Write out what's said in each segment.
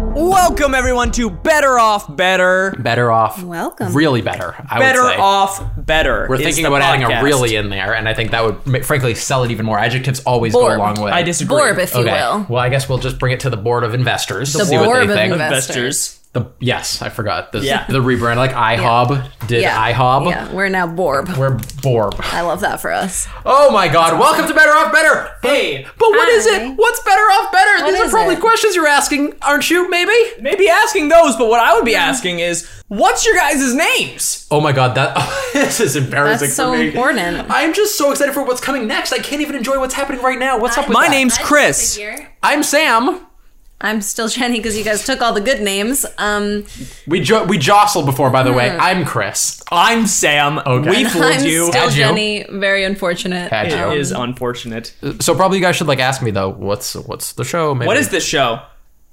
Welcome everyone to Better Off Better. Better off. Welcome. Really better. I Better would say. Off Better. We're is thinking the about adding podcast. a really in there, and I think that would, ma- frankly, sell it even more. Adjectives always go a Borb. long way. I disagree. Borb, if you Okay. will. Well, I guess we'll just bring it to the board of investors. The see board what of they think. investors. investors. The, yes, I forgot. The, Yeah. the rebrand, like iHob did iHob. Yeah, we're now Borb. We're Borb. I love that for us. Oh my God! Welcome to Better Off Better. Hey, but what is Hi. it? What's Better Off Better? These are is probably it? questions you're asking, aren't you? Maybe. Maybe asking those, but what I would be Mm-hmm. asking is, what's your guys' names? Oh my God! That this is embarrassing That's so for me. important. I'm just so excited for what's coming next. I can't even enjoy what's happening right now. What's up with My that? name's Chris. I'm Sam. I'm still Jenny because you guys took all the good names. Um, We jo- we jostled before, by the way. Hmm. I'm Chris. I'm Sam. Okay. We fooled I'm you. still Had you. Jenny. Very unfortunate. Had you. Um, It is unfortunate. So probably you guys should like ask me though. What's what's the show? Maybe. What is this show?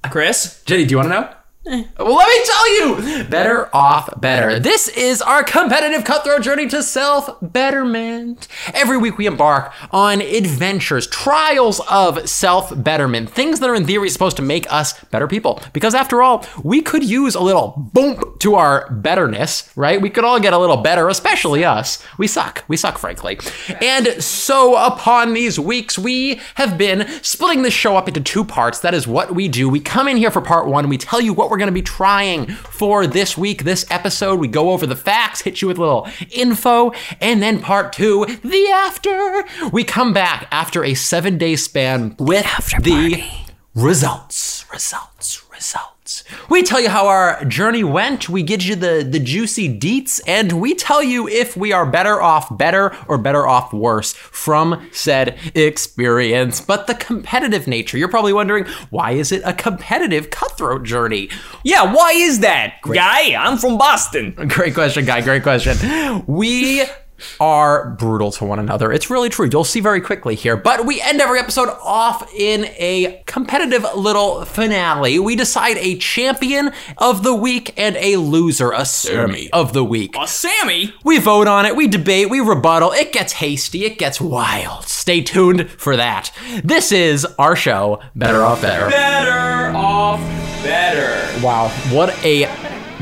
Chris? Jenny? Do you want to know? Well, let me tell you. Better off, better. This is our competitive cutthroat journey to self betterment. Every week we embark on adventures, trials of self betterment, things that are in theory supposed to make us better people. Because after all, we could use a little boom to our betterness, right? We could all get a little better, especially us. We suck. We suck, frankly. And so, upon these weeks, we have been splitting this show up into two parts. That is what we do. We come in here for part one, we tell you what we're going to be trying for this week, this episode. We go over the facts, hit you with a little info, and then part two, the after. We come back after a seven day span with the results, results, results. We tell you how our journey went, we get you the, the juicy deets, and we tell you if we are better off better or better off worse from said experience. But the competitive nature, you're probably wondering, why is it a competitive cutthroat journey? Yeah, why is that? Guy, I'm from Boston. Great question, guy. Great question. We are brutal to one another. It's really true. You'll see very quickly here. But we end every episode off in a competitive little finale. We decide a champion of the week and a loser, a semi of the week. Uh, Sammy? We vote on it, we debate, we rebuttal. It gets hasty, it gets wild. Stay tuned for that. This is our show, Better Off Better. Better Off Better. Wow, what a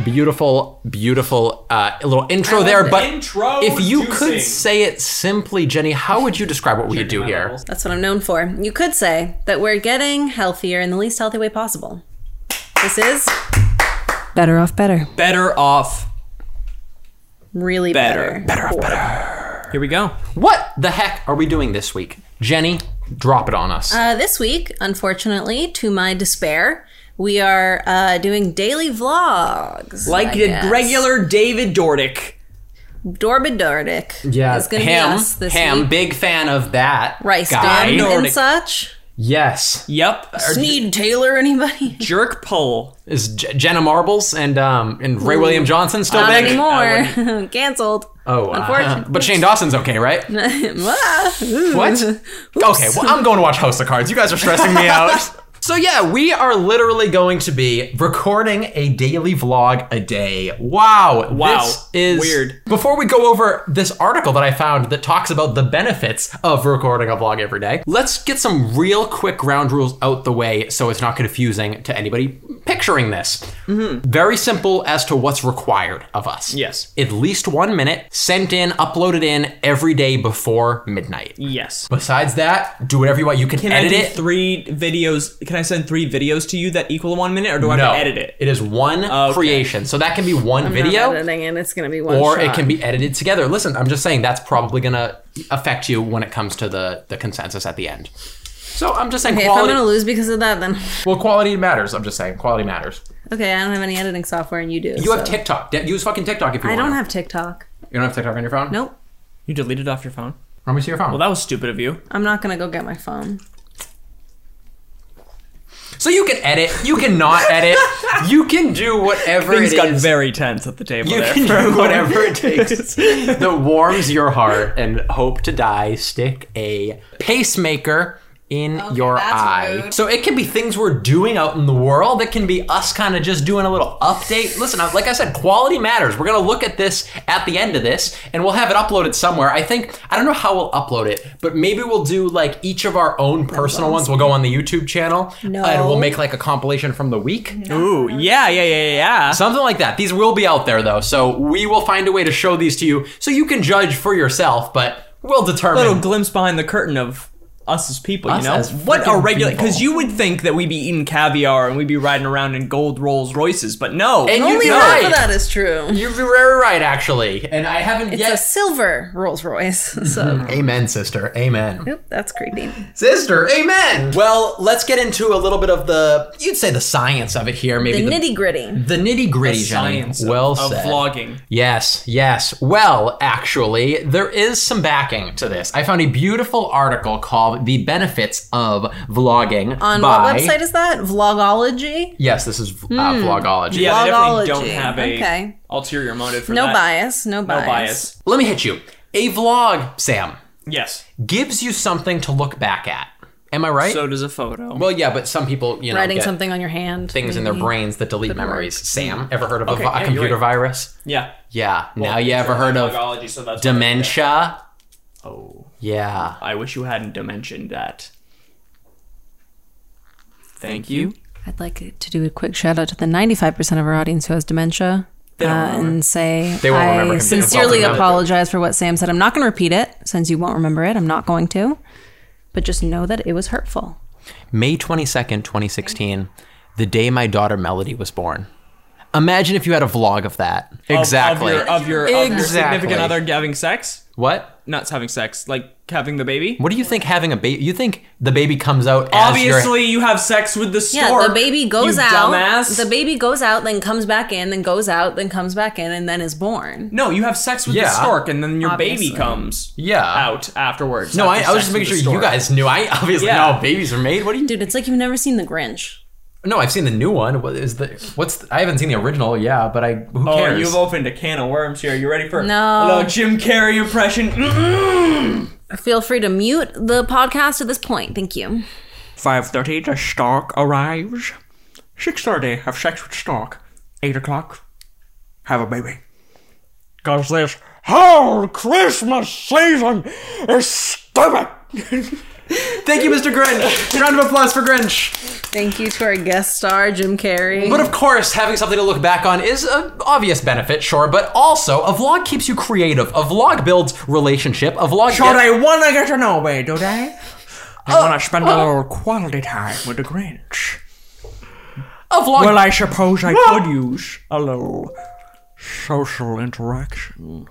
beautiful, beautiful uh, little intro there. the But intro if you juicing. could say it simply, Jenny, how would you describe what we do here? That's what I'm known for. You could say that we're getting healthier in the least healthy way possible. This is better off better. Better Off. Really Better. better. Better off better. Here we go. What the heck are we doing this week, Jenny? Drop it on us. Uh, this week, unfortunately, to my despair, we are uh, doing daily vlogs. Like I the guess. regular David Dordick. Dorba Dordick. It's going to be him. us this him, week. big fan of that Rice guy. Gum and Nordic. such. Yes, Yep. Sneed Taylor, anybody? Jerk pole. is J- Jenna Marbles and um and Ray William Johnson still Not big? anymore. Cancelled. Oh, uh, Unfortunately. but Shane Dawson's okay, right? Ah, ooh. What? Okay, well, I'm going to watch House of Cards. You guys are stressing me out. So, yeah, we are literally going to be recording a daily vlog a day. Wow. Wow. This is Weird. Before we go over this article that I found that talks about the benefits of recording a vlog every day, let's get some real quick ground rules out the way so it's not confusing to anybody picturing this. Very simple as to what's required of us. Mm-hmm. Yes. At least one minute sent in, uploaded in every day before midnight. Yes. Besides that, do whatever you want. You can, Can edit I do it. three videos? Can I send three videos to you that equal one minute, or do I no, have to edit it? It is one creation, so that can be one Not video, editing, and it's going to be one or shot. it can be edited together. Listen, I'm just saying that's probably gonna affect you when it comes to the the consensus at the end. So I'm just saying Okay, if I'm quality. going to lose because of that, then well, quality matters. I'm just saying quality matters. okay, I don't have any editing software, and you do. You have TikTok. De- Use fucking TikTok if you I want. don't have TikTok. You don't have TikTok on your phone. Nope. You deleted off your phone. Let me see your phone. Well, that was stupid of you. I'm not going to go get my phone. so you can edit. You can not edit. you can do whatever Things it got is. very tense at the table. You there can for a do moment. whatever it takes that warms your heart and hope to die. Stick a pacemaker in your that's eye. rude. So it can be things we're doing out in the world. It can be us kind of just doing a little update. Listen, I- like I said, quality matters. We're gonna look at this at the end of this, and we'll have it uploaded somewhere. I think I don't know how we'll upload it, but maybe we'll do like each of our own personal ones. We'll go on the YouTube channel, No. and we'll make like a compilation from the week. Ooh, yeah, yeah, yeah, yeah. Something like that. These will be out there though, so we will find a way to show these to you so you can judge for yourself, but we'll determine. little glimpse behind the curtain of us as people, Us you know? as what freaking a regular people. because you would think that we'd be eating caviar and we'd be riding around in gold Rolls Royces, but no. And Only you'd be half right. of that is true. You're very right, actually. And I haven't It's yet. a silver Rolls Royce. So Amen, sister. Amen. Oop, that's creepy. Sister, amen. Well, let's get into a little bit of the, you'd say the science of it here, The maybe. nitty gritty. the nitty gritty, science Well of, of said. vlogging. Yes, yes. Well, actually, there is some backing to this. I found a beautiful article called The Benefits of Vlogging. On by, what website is that? Vlogology? Yes, this is uh, Hmm. Vlogology. Yeah, they definitely don't Vlogology. have a Okay. ulterior motive for No that. bias. No No bias. bias. Let me hit you. A vlog, Sam, Yes. gives you something to look back at. Am I right? So does a photo. well, yeah, but some people, you know, Writing get something on your hand. things in their brains that delete memories. Sam, ever heard of a, Hmm. vi- a yeah, you're computer right. virus? yeah. Yeah. now you ever heard of Vlogology, so that's what I did. dementia? Oh, Yeah. I wish you hadn't mentioned that. Thank you. I'd like to do a quick shout out to the 95% of our audience who has dementia. Uh, don't remember. and say They won't remember I because they don't sincerely remember. apologize for what Sam said. I'm not going to repeat it since you won't remember it. I'm not going to, but just know that it was hurtful. May 22nd, 2016, the day my daughter Melody was born. Imagine if you had a vlog of that. Exactly. Of, of your, of your, of your Exactly. significant other having sex? what? Not having sex, like having the baby? What do you think having a baby? You think the baby comes out as your- Obviously, you have sex with the stork. Yeah, the baby goes you out. Dumbass. The baby goes out, then comes back in, then goes out, then comes back in, and then is born. no, you have sex with the Yeah. stork, and then your Obviously. baby comes Yeah. out afterwards. No, I, after I was sex with just making sure the you stork. guys knew. I obviously Yeah. know how babies are made. What do you do? Dude, it's like you've never seen The Grinch. No, I've seen the new one. What is the? What's? The, I haven't seen the original. Yeah, but I. Who Oh, cares? you've opened a can of worms here. You ready for No. a little Jim Carrey impression? Feel free to mute the podcast at this point. Thank you. Five thirty, the stork arrives. Six thirty, have sex with stork. Eight o'clock, have a baby. because this whole Christmas season is stupid. Thank you, Mr. Grinch. Round of applause for Grinch. Thank you to our guest star, Jim Carrey. But of course, having something to look back on is an obvious benefit, sure. But also, a vlog keeps you creative. A vlog builds relationship. A vlog. So they want to get to know me, do they? They want to spend a little quality time with the Grinch. a vlog. Well, I suppose I could use a little social interaction.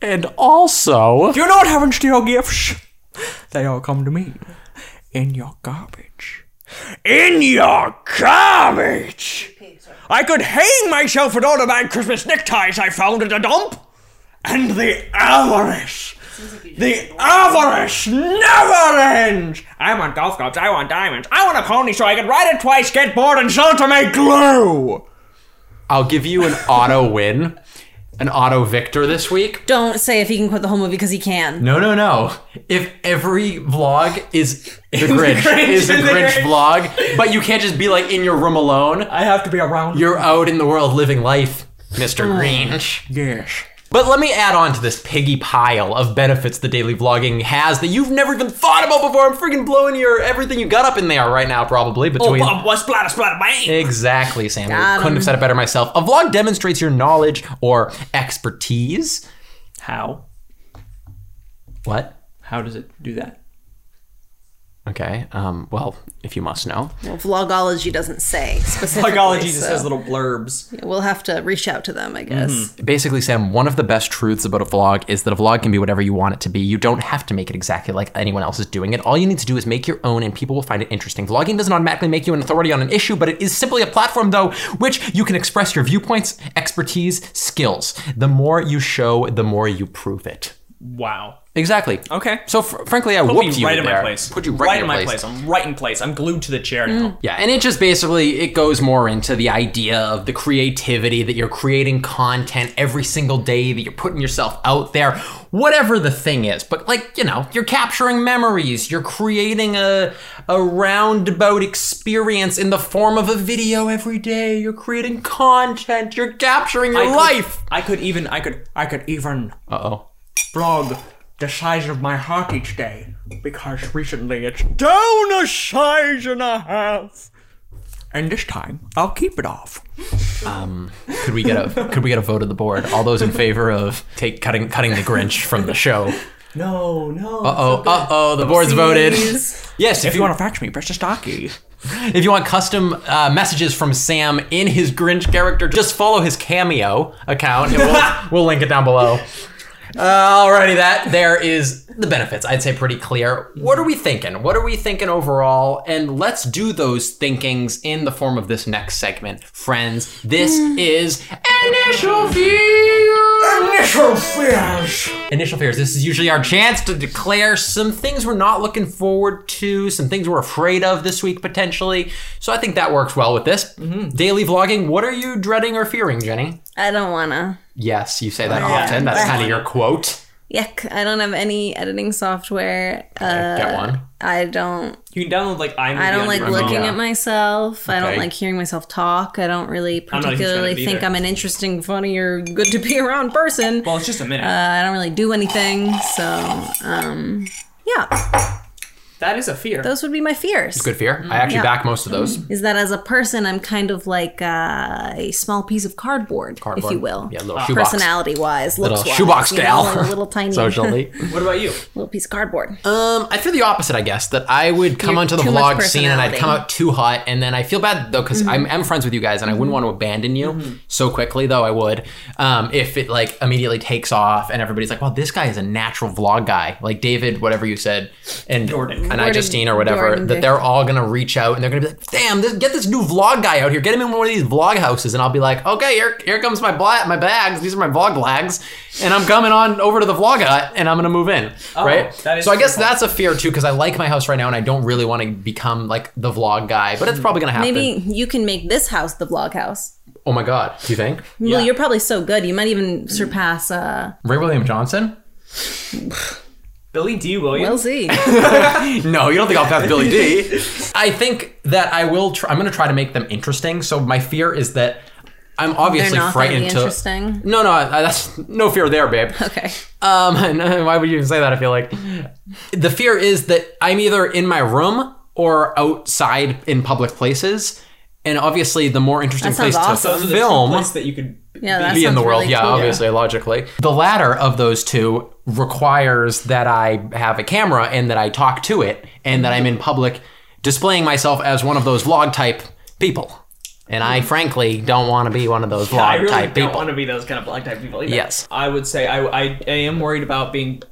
and also, You're not having steel gifts. They all come to me. In your garbage. In your garbage! I could hang myself with all the bad Christmas neckties I found at the dump. And the avarice. The avarice never ends! I want golf clubs, I want diamonds, I want a pony so I can ride it twice, get bored, and sell it to make glue! I'll give you an auto win, an auto victor this week. Don't say if he can quit the whole movie because he can. No, no, no. If every vlog is the Grinch, is the in the Grinch Grinch. vlog, but you can't just be like in your room alone. I have to be around You're out in the world living life, Mr. Grinch. Yes. But let me add on to this piggy pile of benefits the daily vlogging has that you've never even thought about before. I'm freaking blowing your everything you got up in there right now, probably between. Bob, what splatter, splatter, bang! Exactly, Sam. I couldn't have said it better myself. A vlog demonstrates your knowledge or expertise. How? What? How does it do that? Okay. Um, well, if you must know. Well, vlogology doesn't say specifically. Psychology just so has little blurbs. We'll have to reach out to them, I guess. Basically, Sam, one of the best truths about a vlog is that a vlog can be whatever you want it to be. You don't have to make it exactly like anyone else is doing it. All you need to do is make your own, and people will find it interesting. Vlogging doesn't automatically make you an authority on an issue, but it is simply a platform, though, which you can express your viewpoints, expertise, skills. The more you show, the more you prove it. Wow. Exactly. Okay. So fr- frankly, I Put whooped me you right in my there. place. Put you right, right, in in my your place. I'm right in place. I'm glued to the chair Mm. now. Yeah, and it just basically it goes more into the idea of the creativity that you're creating content every single day that you're putting yourself out there, whatever the thing is. But like, you know, you're capturing memories, you're creating a a roundabout experience in the form of a video every day. You're creating content, you're capturing your I could- life. I could even. I could. I could even Uh-oh. blog the size of my heart each day because recently it's down a size and a half. And this time, I'll keep it off. Could we get a could we get a vote of the board? All those in favor of take cutting cutting the Grinch from the show. No, no. Uh-oh, uh-oh, the board's voted. Please. Yes, If you want to fax me, press the star key. If you want custom uh, messages from Sam in his Grinch character, just follow his Cameo account. And we'll, we'll link it down below. Uh, alrighty, that there is the benefits. I'd say pretty clear. What are we thinking? What are we thinking overall? And let's do those thinkings in the form of this next segment, friends. This is initial fears. Initial fears. Initial fears. This is usually our chance to declare some things we're not looking forward to, some things we're afraid of this week potentially. So I think that works well with this. Mm-hmm. Daily vlogging. What are you dreading or fearing, Jenny? Mm. I don't wanna. Yes, you say that Oh, often. That's kind of your quote. Yuck. I don't have any editing software. Uh, Get one. I don't. You can download like I'm. I don't like looking yeah. at myself. I Okay. don't like hearing myself talk. I don't really not a huge fan of particularly it think either. I'm an interesting, funny, or good to be around person. Well, it's just a minute. Uh, I don't really do anything. So, um, yeah, that is a fear. those would be my fears. Good fear. I actually yeah. Mm-hmm. back most of those. Is that as a person, I'm kind of like uh, a small piece of cardboard, if you will. Yeah, Ah. little shoebox. Personality wise, looks Little wise, shoebox you know, gal. like a little tiny Socially. what about you? little piece of cardboard. Um, I feel the opposite, I guess, that I would come You're onto the too much vlog scene and I'd personality. Mm-hmm. come out too hot, and then I feel bad though because I'm, I'm friends with you guys and I wouldn't want to abandon you so quickly though I would. Um, if it like immediately takes off and everybody's like, "Well, this guy is a natural vlog guy," like David, whatever you said, and Jordan. and I Jordan- Justine or whatever, Jordan that Dick. they're all gonna reach out and they're gonna be like, "Damn, this, get this new vlog guy out here, get him in one of these vlog houses," and I'll be like, "Okay, here here comes my bla- my bags, these are my vlog lags, and I'm coming on over to the vlog hut and I'm gonna move in, right?" Oh, that is so I guess true. that's a fear too because I like my house right now and I don't really want to become like the vlog guy, but it's probably gonna happen. Maybe you can make this house the vlog house. Oh my god, do you think Well, you're probably so good, you might even surpass. Uh, Ray William Johnson? Billy D. Williams. we'll see. No, you don't think I'll pass Billy D. I think that I will. Tr- I'm gonna try to make them interesting. So my fear is that I'm They're obviously not going to be frightened to. interesting. No, no, I- that's no fear there, babe. Okay. Ah, Um, no, why would you even say that? I feel like the fear is that I'm either in my room or outside in public places, and obviously the more interesting That sounds place awesome. to Those are the two film places that you could. Yeah, that be in sounds the world. really yeah, cool. obviously, logically. The latter of those two requires that I have a camera and that I talk to it and that I'm in public displaying myself as one of those vlog type people. And I frankly don't want to be one of those vlog I really type don't people. want to be those kind of black type people. Either. Yes. I would say I, I, I am worried about being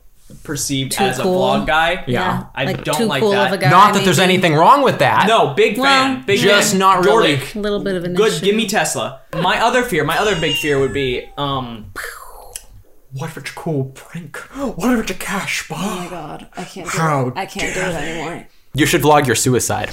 perceived as cool. a vlog guy. Yeah. I like don't too like cool that. of a guy. Not that there's maybe. anything wrong with that. No, big Well- fan. Big Just fan. not really. Jordan, A little bit of an Good, issue. give me Tesla. My other fear, my other big fear would be um What if it's a cool prank? What if it's a cash Oh bar? God, I can't do How it. I can't do it anymore. You should vlog your suicide.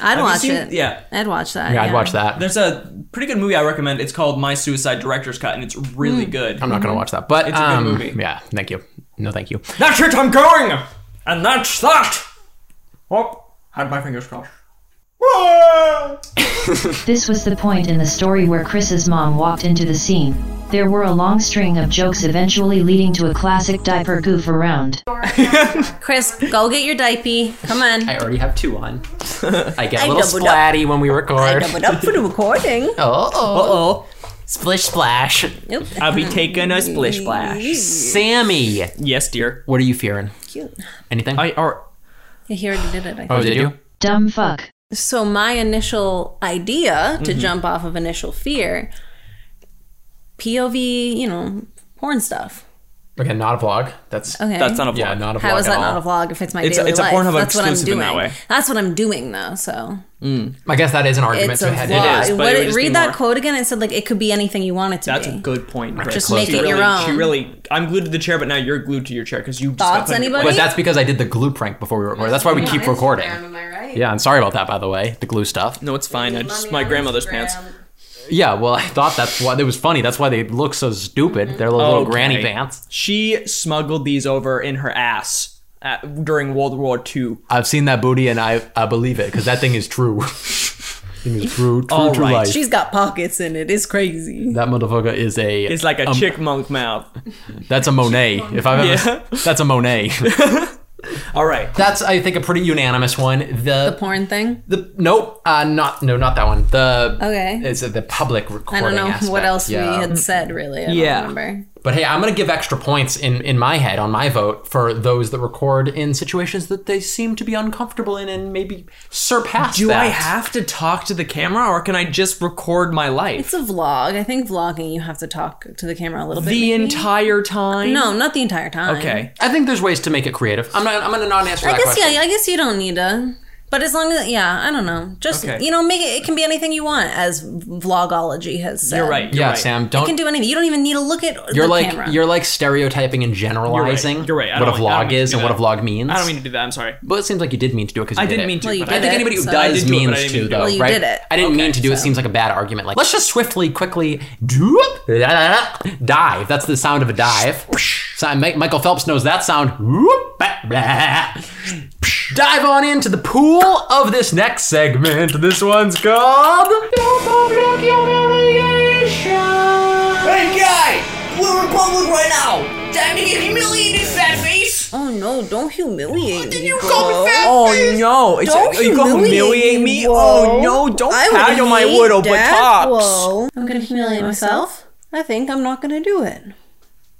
I'd watch seen- it. yeah. I'd watch that. Yeah, I'd watch that. there's a pretty good movie I recommend. It's called My Suicide Director's Cut and it's really Hmm. good. I'm not gonna watch that, but Mhm. a good um, movie. yeah, thank you. No, thank you. That's it, I'm going! And that's that! Oh, had my fingers crossed. This was the point in the story where Chris's mom walked into the scene. There were a long string of jokes eventually leading to a classic diaper goof around. Chris, go get your diaper. Come on. I already have two on. I get a I little doubled up. splatty when we record. Doubled up for the recording. Oh, oh, splish splash. Nope. I'll be taking a splish splash. Sammy, Yes, dear. what are you fearing? Cute. Anything? I are He already did it. I think. oh, did you? Dumb fuck. So my initial idea to Mm-hmm. jump off of initial fear, POV, you know, porn stuff. Again, not a vlog. That's Okay. That's not a vlog. yeah, not a vlog How is at that all. not a vlog if it's my It's- daily it's a life? Pornhub That's what I'm exclusive in doing. that way. That's what I'm doing though. So I guess that is an argument it's to a head vlog. is, but what it would did- just be read that more- quote again. It said like it could be anything you want it to That's be. a good point. Brooke. Just She make it really, your own. She really, I'm glued to the chair, but now you're glued to your chair because you. just got Thoughts, plenty of- But anybody? that's because I did the glue prank before we recorded. That's why we keep recording. Am I right? Yeah, I'm sorry about that, by the way. The glue stuff. No, it's fine. I just my grandmother's pants. Yeah, well, I thought that's why it was funny. That's why they look so stupid. They're little, little Oh, Okay. granny pants. She smuggled these over in her ass at, during World War II. I've seen that booty and I, I believe it because that thing is true. thing is true, true All to right. life. She's got pockets in it. It's crazy. that motherfucker is a. It's like a um, chickmunk mouth. That's a Monet. If I've ever. Yeah. That's a Monet. All right. that's I think a pretty unanimous one. The The porn thing. the nope, uh, not no, not that one. The Okay. is it the public I recording? don't know what aspect, else yeah. we had said really. I don't Yeah. remember. But hey, I'm gonna give extra points in in my head on my vote for those that record in situations that they seem to be uncomfortable in and maybe surpass. Do that. I have to talk to the camera, or can I just record my life It's a vlog. I think vlogging you have to talk to the camera a little bit. the maybe. entire time? No, not the entire time. Okay. I think there's ways to make it creative. I'm not. I'm gonna not answer I that guess question. yeah. I guess you don't need to. But as long as yeah, I don't know. Just Okay. you know, make it. It can be anything you want, as vlogology has said. You're right. You're Yeah, right. Sam. You can Don't. do anything. You don't even need to look at You're the like camera. you're like stereotyping and generalizing. You're right. I What a don't like- I don't vlog mean to is do and what a that. vlog means. I don't mean to do that. I'm sorry. Well, it seems like you did mean to do it because I you did didn't it. mean to. Well, you but did I I think it, anybody who so- I does did do it, but I means didn't to, do it. though, Well, you right? did it. I didn't mean Okay, to do it. so- Seems like a bad argument. Like, let's just swiftly, quickly do dive. That's the sound of a dive. So I- Ma- Michael Phelps knows that sound. Whoop, bah, blah. Dive on into the pool of this next segment. This one's called. Oh Hey, guy! We're in public right now! Time to get humiliated, fat face! oh no! Don't humiliate me. You bro. call me fat Oh face? no! It's, Don't you gonna humiliate me? Oh no! Don't I would paddle my hate wood or that. buttocks. Whoa. I'm gonna humiliate myself. I think I'm not gonna do it.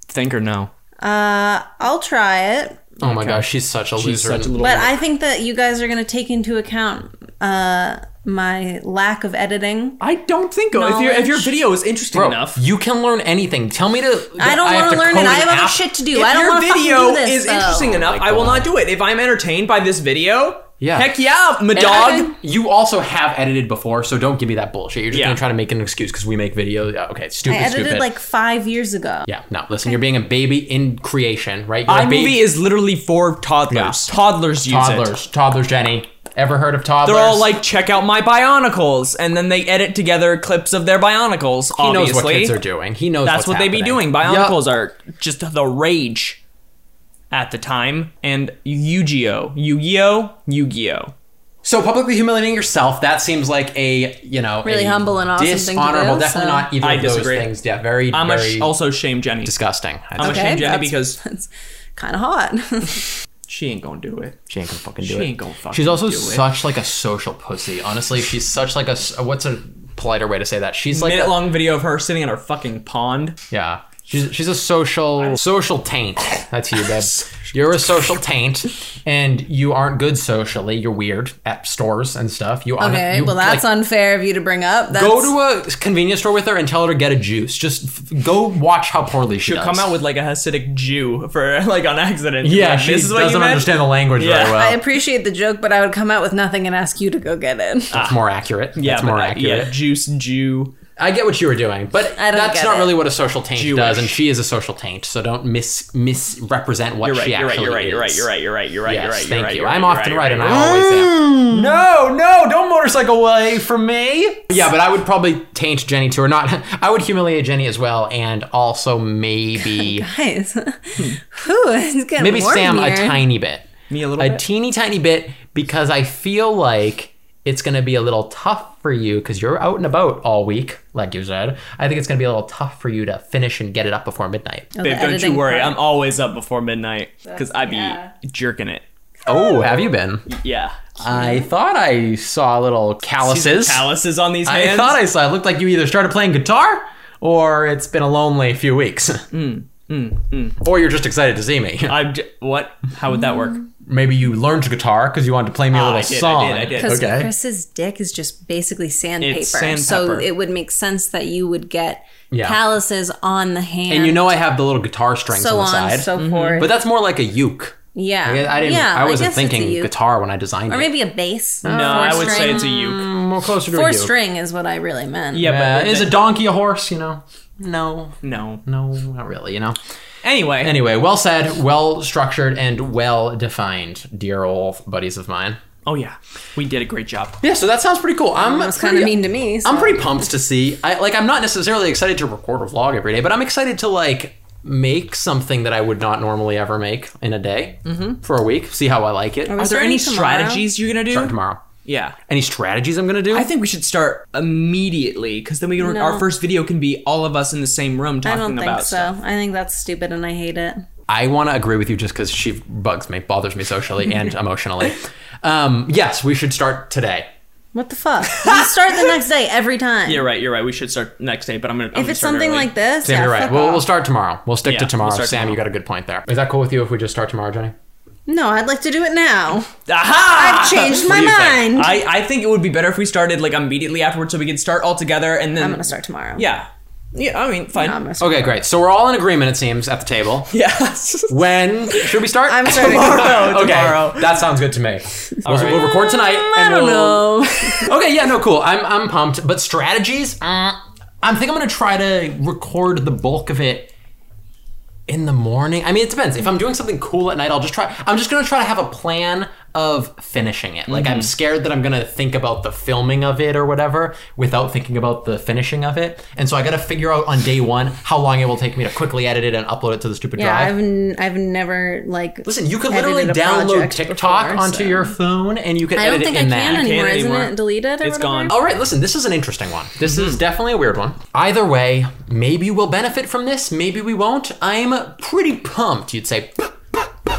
Think or no? Uh, I'll try it, Oh my gosh, she's such a She's loser. such a little. but I think that you guys are gonna take into account uh my lack of editing. I don't think if your if your Knowledge. video is interesting Bro, enough. you can learn anything. Tell me to. I don't have want to learn code it. I have an other app. shit to do. if I don't your want to fucking video do this. is though. interesting enough, Oh my I will God. not do it. If I'm entertained by this video, Yeah. heck yeah, my And I dog. think You also have edited before, so don't give me that bullshit. You're just Yeah. gonna try to make an excuse because we make videos. Yeah, Okay, I stupid, edited stupid. like five years ago. yeah, no. Listen, you're being a baby in creation, right? You're a iMovie baby. is literally for toddlers. Yeah. Toddlers use it. toddlers, toddlers. Jenny, ever heard of toddlers? They're all like, check out my Bionicles, and then they edit together clips of their Bionicles. he obviously, knows what kids are doing. He knows that's what's what they be doing. happening. Bionicles are just the rage at the time, and Yu-Gi-Oh, Yu-Gi-Oh, Yu-Gi-Oh. So publicly humiliating yourself, that seems like a, you know, Really a humble and awesome thing to do, dishonorable, definitely so- not either I of those disagree. things. Yeah, very, I'm very a sh- also shame Jenny. disgusting. I I'm think a shame Jenny that's- because That's kind of hot. she ain't gonna do it. she ain't gonna fucking do She it. ain't gonna fucking She's also do it. such like a social pussy. Honestly, she's such like a s- what's a politer way to say that? She's like Minute a- long video of her sitting in her fucking pond. yeah. She's she's a social social taint. That's you, babe. You're a social taint, and you aren't good socially. You're weird at stores and stuff. You un- okay, you, well that's like, unfair of you to bring up. That's, Go to a convenience store with her and tell her to get a juice. Just f- go watch how poorly she She'll does. come out with like a Hasidic Jew for like on accident. yeah. Like, She this is what you doesn't meant? understand the language very Yeah. well. I appreciate the joke, but I would come out with nothing and ask you to go get it. That's more accurate. Yeah, That's but, more uh, accurate. yeah, juice Jew. I get what you were doing, but I don't that's get not it. really what a social taint Jewish. does, and she is a social taint, so don't mis misrepresent what You're right. she You're actually right. You're right. is. You're right. You're right. You're right. You're right. Yes, You're right. You're thank right. you. You're I'm you're often right, and you're I always am. No, no, don't motorcycle away from me. Yeah, but I would probably taint Jenny too, or not. I would humiliate Jenny as well, and also maybe Guys, Hmm. whew, it's getting maybe warm Sam here. a tiny bit, Me a little a bit. teeny tiny bit, because I feel like it's gonna be a little tough for you because you're out and about all week, like you said. I think it's gonna be a little tough for you to finish and get it up before midnight. Oh, the Babe, don't you editing worry. part. I'm always up before midnight because I be jerking it. Oh, have you been? Yeah. I thought I saw little calluses. Calluses on these I hands. thought I saw. It looked like you either started playing guitar or it's been a lonely few Hmm, weeks. Or you're just excited to see me. I. am what? How would that work? maybe you learned guitar because you wanted to play me a Ah, little I did, I song. did, I did. Because Okay. Chris's dick is just basically sandpaper. So sandpaper. it would make sense that you would get Yeah. calluses on the hand. and you know I have the little guitar strings so on the on, side. so Mm-hmm. forth. but that's more like a uke. yeah. I, guess- I didn't. Yeah, I wasn't guess it's a thinking uke. guitar when I designed Or it. maybe a bass. No, I would say it's a uke. Mm, more closer to Four a uke. string is what I really meant. Yeah, Uh, but is a donkey a horse? You know. No, no. no, not really. You know. Anyway, Anyway, well said, well structured, and well defined, dear old buddies of mine. oh yeah, we did a great job. Yeah, so that sounds pretty cool. I'm That was kind of pretty- mean to me. so- I'm pretty pumped to see. I like. I'm not necessarily excited to record a vlog every day, but I'm excited to like make something that I would not normally ever make in a day for a week. See how I like it. Are there Mm-hmm. starting any tomorrow? strategies you're gonna do? Start tomorrow. Yeah, Any strategies I'm gonna do? I think we should start immediately because then we can, our first video can be all of us in the same room I talking don't think about so. stuff. I think that's stupid and I hate it. I want to agree with you just because she bugs me, bothers me socially and emotionally. Um, yes, we should start today. What the fuck? you start the next day every time. You're right. You're right. We should start next day, but I'm gonna. I'm if gonna it's start something early. like this, Sam, yeah, you're right. fuck We'll, we'll off. start tomorrow. We'll stick Yeah, to we'll tomorrow. start Sam, tomorrow. you got a good point there. Is that cool with you if we just start tomorrow, Jenny? no, I'd like to do it now. aha! I've changed What my do you think? mind. I, I think it would be better if we started like immediately afterwards, so we could start all together and then. I'm gonna start tomorrow. Yeah. Yeah. I mean, fine. I'm gonna start. Okay, great. So we're all in agreement, it seems, at the table. Yes. When should we start? I'm starting tomorrow. okay, Tomorrow. that sounds good to me. We'll, we'll record tonight. and we'll, Okay, yeah, no, cool. I'm I'm pumped. But strategies, uh, I think I'm gonna try to record the bulk of it in the morning. I mean, it depends. If I'm doing something cool at night, I'll just try. I'm just gonna try to have a plan of finishing it. Like I'm scared that I'm gonna think about the filming of it or whatever without thinking about the finishing of it. And so I gotta figure out on day one how long it will take me to quickly edit it and upload it to the stupid Yeah, drive. I've n- I've never like. Listen, you could edited literally a download project TikTok before, onto so- your phone and you could I don't edit think it I in can that. anymore. Can't Isn't anymore. it deleted? Or It's whatever? gone. All right, listen, this is an interesting one. This is Mhm. definitely a weird one. Either way, maybe we'll benefit from this, maybe we won't. I'm pretty pumped, you'd say. "P- p- p-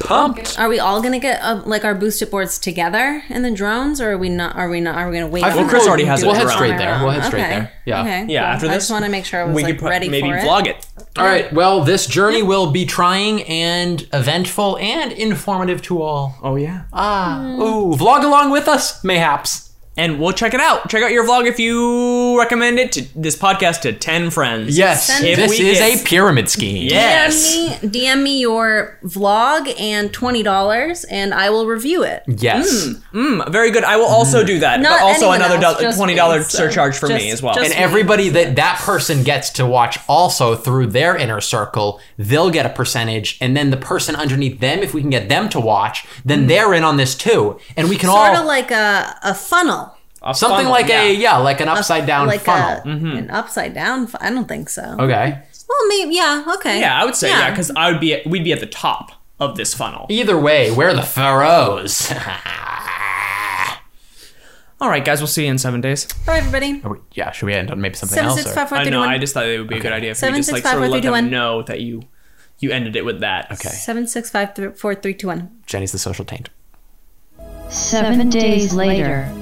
Pumped. Are we all gonna get uh, like our boosted boards together and the drones, or are we not? Are we not? Are we gonna wait? I for think that? Chris we'll- already has it We'll head around. straight there. We'll head straight Okay. there. Yeah. Okay. Yeah, cool. after I this, just want to make sure I was we like could pro- ready maybe for it. vlog it. All right. Well, this journey will be trying and eventful and informative to all. Oh yeah. Mm. Ooh, vlog along with us, mayhaps. and we'll check it out. Check out your vlog if you recommend it to this podcast to 10 friends. Yes, Send If this we is get- a pyramid scheme. Yes. DM me, DM me your vlog and twenty dollars, and I will review it. Yes. Mm, very good. I will also do that. Not but also anyone another else, do- just $20 me, so surcharge for me just- as well. just- and everybody that that person gets to watch also through their inner circle they'll get a percentage and then the person underneath them if we can get them to watch then they're in on this too and we can Sort of all Hmm. like a a funnel, A something funnel, like a yeah. yeah like an upside down like funnel a an upside down. fu- I don't think so. okay Well, maybe yeah. Okay. Yeah, I would say yeah cuz I would be at, we'd be at the top of this funnel. either way we're the pharaohs All right, guys, we'll see you in 7 days. Bye, everybody. yeah should we end on maybe something Seven else six or- five four I three two know. I one. just thought it would be a good idea if Seven, we just six, like five, sort of four, let three, two, them one. know that you you ended it with that. okay Seven six five th- four three two one. jenny's the social taint Seven days later.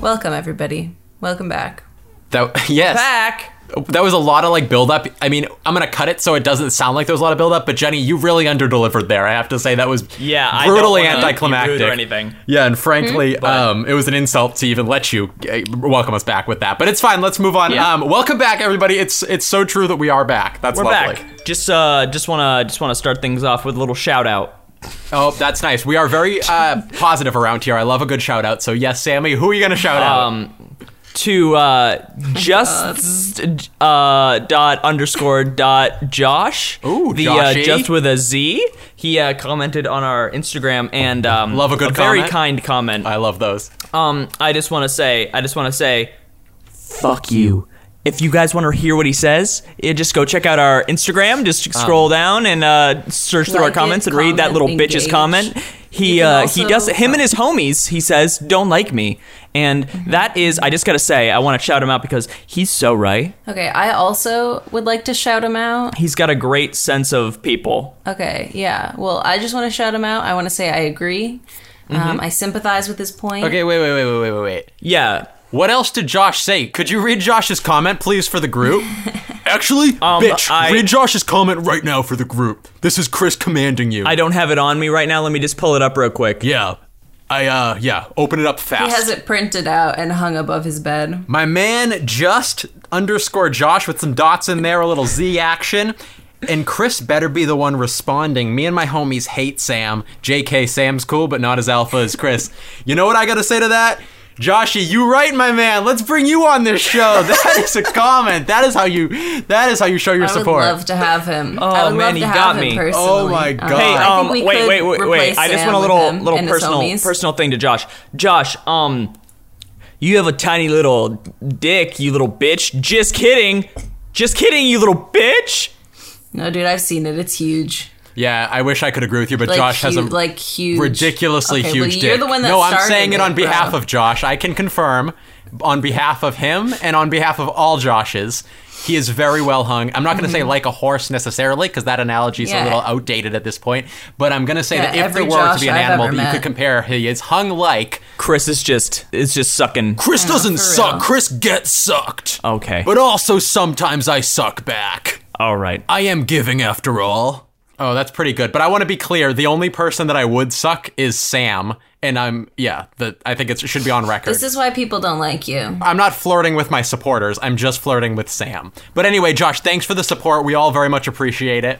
Welcome, everybody. Welcome back. that yes Back. that was a lot of like build up. I mean, I'm gonna cut it so it doesn't sound like there was a lot of build up. But Jenny, you really underdelivered there. I have to say that was Yeah, I don't brutally wanna be anticlimactic rude or anything. Mm-hmm. Yeah, and frankly, um, it was an insult to even let you uh, welcome us back with that. But it's fine. Let's move on. Yeah. Um, welcome back, everybody. It's it's so true that we are back. That's We're lovely. back. Just uh just want to just want to start things off with a little shout out. Oh, that's nice. We are very uh, positive around here. I love a good shout out. So yes, Sammy, who are you gonna shout out? Um, to uh, just uh, dot underscore dot Josh. Ooh, the uh, Joshy. just with a Z. He uh, commented on our Instagram and um, Love a good very comment. kind comment. I love those. Um, I just want to say, I just want to say, fuck you. If you guys want to hear what he says, eh, just go check out our Instagram. Just scroll down and uh, search through Like our comments it, and read that comment, little bitch's engage. comment. He You can uh, he also- does him and his homies. He says don't like me, and Mm-hmm. that is I just gotta say I want to shout him out because he's so right. Okay, I also would like to shout him out. He's got a great sense of people. Okay, yeah. Well, I just want to shout him out. I want to say I agree. Mm-hmm. Um, I sympathize with his point. Okay, wait, wait, wait, wait, wait, wait, wait. Yeah, What else did Josh say? Could you read Josh's comment, please, for the group? Actually, Um, bitch, I- read Josh's comment right now for the group. This is Chris commanding you. I don't have it on me right now. Let me just pull it up real quick. yeah. I, uh, yeah. Open it up He fast. has it printed out and hung above his bed. My man just underscore Josh with some dots in there, a little Z action. And Chris better be the one responding. Me and my homies hate Sam. JK, Sam's cool, but not as alpha as Chris. You know what I gotta say to that? Joshy, you right, my man. Let's bring you on this show. That is a comment. That is how you. That is how you show your I would support. love to have him. I would Oh, man, love he to have got him me. Personally. Uh, Oh my God. Hey, I think um, we wait, could wait, wait, replace wait. I just Sam want a with little, him little and his personal, homies. personal thing to Josh. Josh, um, you have a tiny little dick, you little bitch. Just kidding, just kidding, you little bitch. No, dude, I've seen it. It's huge. yeah, I wish I could agree with you, but Like Josh huge, has a like huge, ridiculously Okay, huge well, dick. You're the one that no, I'm started saying it on behalf bro. of Josh. I can confirm, on behalf of him and on behalf of all Joshes, he is very well hung. I'm not going to say like a horse necessarily because that analogy is a Mm-hmm. Yeah. little outdated at this point. But I'm going to say Yeah, that if every there were Josh to be an I've animal ever that you met. could compare, he is hung like. Chris is just, is just sucking. Chris doesn't for suck. real. Chris gets sucked. Okay. But also sometimes I suck back. All right. I am giving after all. Oh, that's pretty good. But I want to be clear: the only person that I would suck is Sam, and I'm yeah. The, I think it's- it should be on record. This is why people don't like you. I'm not flirting with my supporters. I'm just flirting with Sam. But anyway, Josh, thanks for the support. We all very much appreciate it.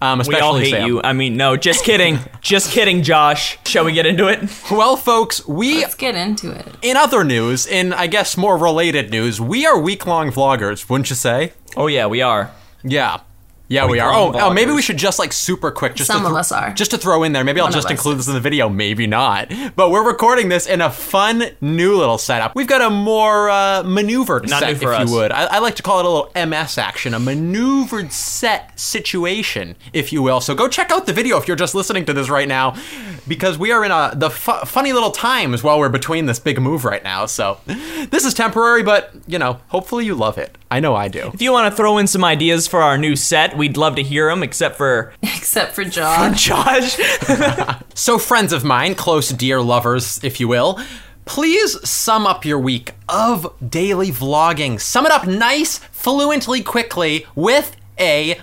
Um, We especially all hate Sam. you. I mean, no, just kidding, just kidding, Josh. Shall we get into it? Well, folks, we Let's get into it. in other news, in I guess more related news, we are week-long vloggers, wouldn't you say? Oh yeah, we are. Yeah. Yeah, we are. Oh, Week-long oh, maybe vloggers. we should just like super quick. Just Some to of thro- us are. Just to throw in there. Maybe I'll of just us include this in the video. Maybe not. But we're recording this in a fun new little setup. We've got a more uh, maneuvered Not set, new for if us. you would. I, I like to call it a little MS action, a maneuvered set situation, if you will. So go check out the video if you're just listening to this right now, because we are in a the fu- funny little times while we're between this big move right now. So this is temporary, but you know, hopefully you love it. I know I do. If you want to throw in some ideas for our new set, we'd love to hear them. Except for Except for Josh. Josh. So, friends of mine, close, dear lovers, if you will, please sum up your week of daily vlogging. Sum it up nice, fluently, quickly with a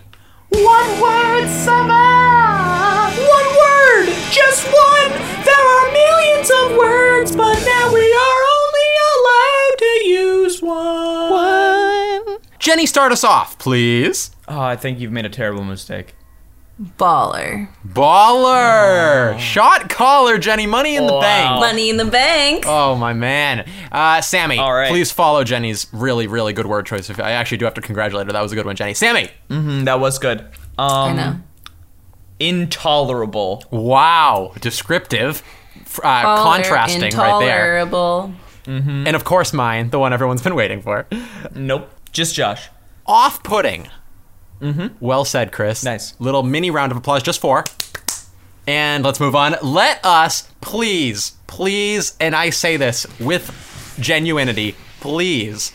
one word sum up! One word! Just one! There are millions of words, but now we are only allowed to use one. One. Jenny, start us off, please. Oh, I think you've made a terrible mistake. Baller. Baller! Shot caller, Jenny, money in the bank. Money in the bank. Oh my man, uh, Sammy! All right. please follow Jenny's really, really good word choice. If- I actually do have to congratulate her. That was a good one, Jenny. Sammy! Mm, that was good. Um, I know. Intolerable. Wow, descriptive, f- uh, Baller, contrasting right there. Intolerable. And of course, mine, the one everyone's been waiting for. Nope. Just Josh. Off-putting. Mm-hmm. Well said, Chris. Nice. Little mini round of applause just for. And let's move on. Let us please, please, and I say this with genuinity, please.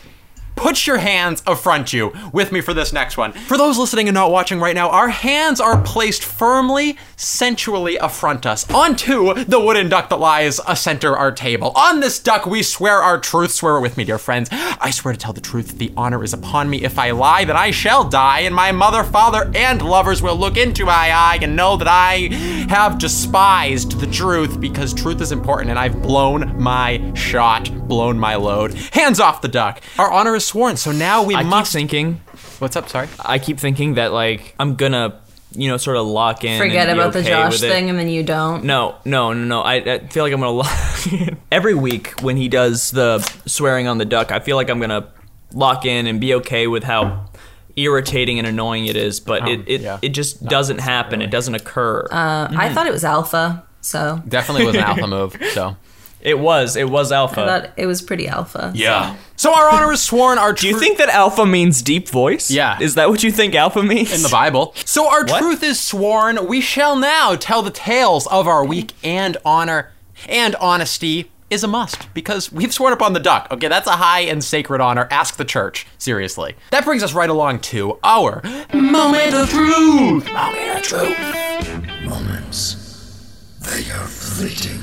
Put your hands affront you with me for this next one. For those listening and not watching right now, our hands are placed firmly, sensually affront us onto the wooden duck that lies a center our table. On this duck, we swear our truth. Swear it with me, dear friends. I swear to tell the truth. The honor is upon me. If I lie, then I shall die, and my mother, father, and lovers will look into my eye and know that I have despised the truth because truth is important, and I've blown my shot, blown my load. Hands off the duck. Our honor is sworn, so now we I keep must. thinking. What's up? Sorry. I keep thinking that like I'm gonna, you know, sort of lock in. Forget and be about the okay Josh with it. thing and then you don't. No, no, no, no. I, I feel like I'm gonna lock in. Every week when he does the swearing on the duck, I feel like I'm gonna lock in and be okay with how irritating and annoying it is. But it, it, Um, yeah. it just doesn't happen. It doesn't occur. Mm-hmm. I thought it was alpha, so Definitely was an alpha move. So. it was. It was I alpha. thought it was pretty alpha. Yeah. So our honor is sworn. Our Do you think that alpha means deep voice? Yeah. Is that what you think alpha means? in the Bible. So our truth is sworn. We shall now tell the tales of our week and honor and honesty is a must because we've sworn upon the duck. Okay, that's a high and sacred honor. Ask the church, seriously. That brings us right along to our moment of truth. Moment of truth. Moments. They are fleeting,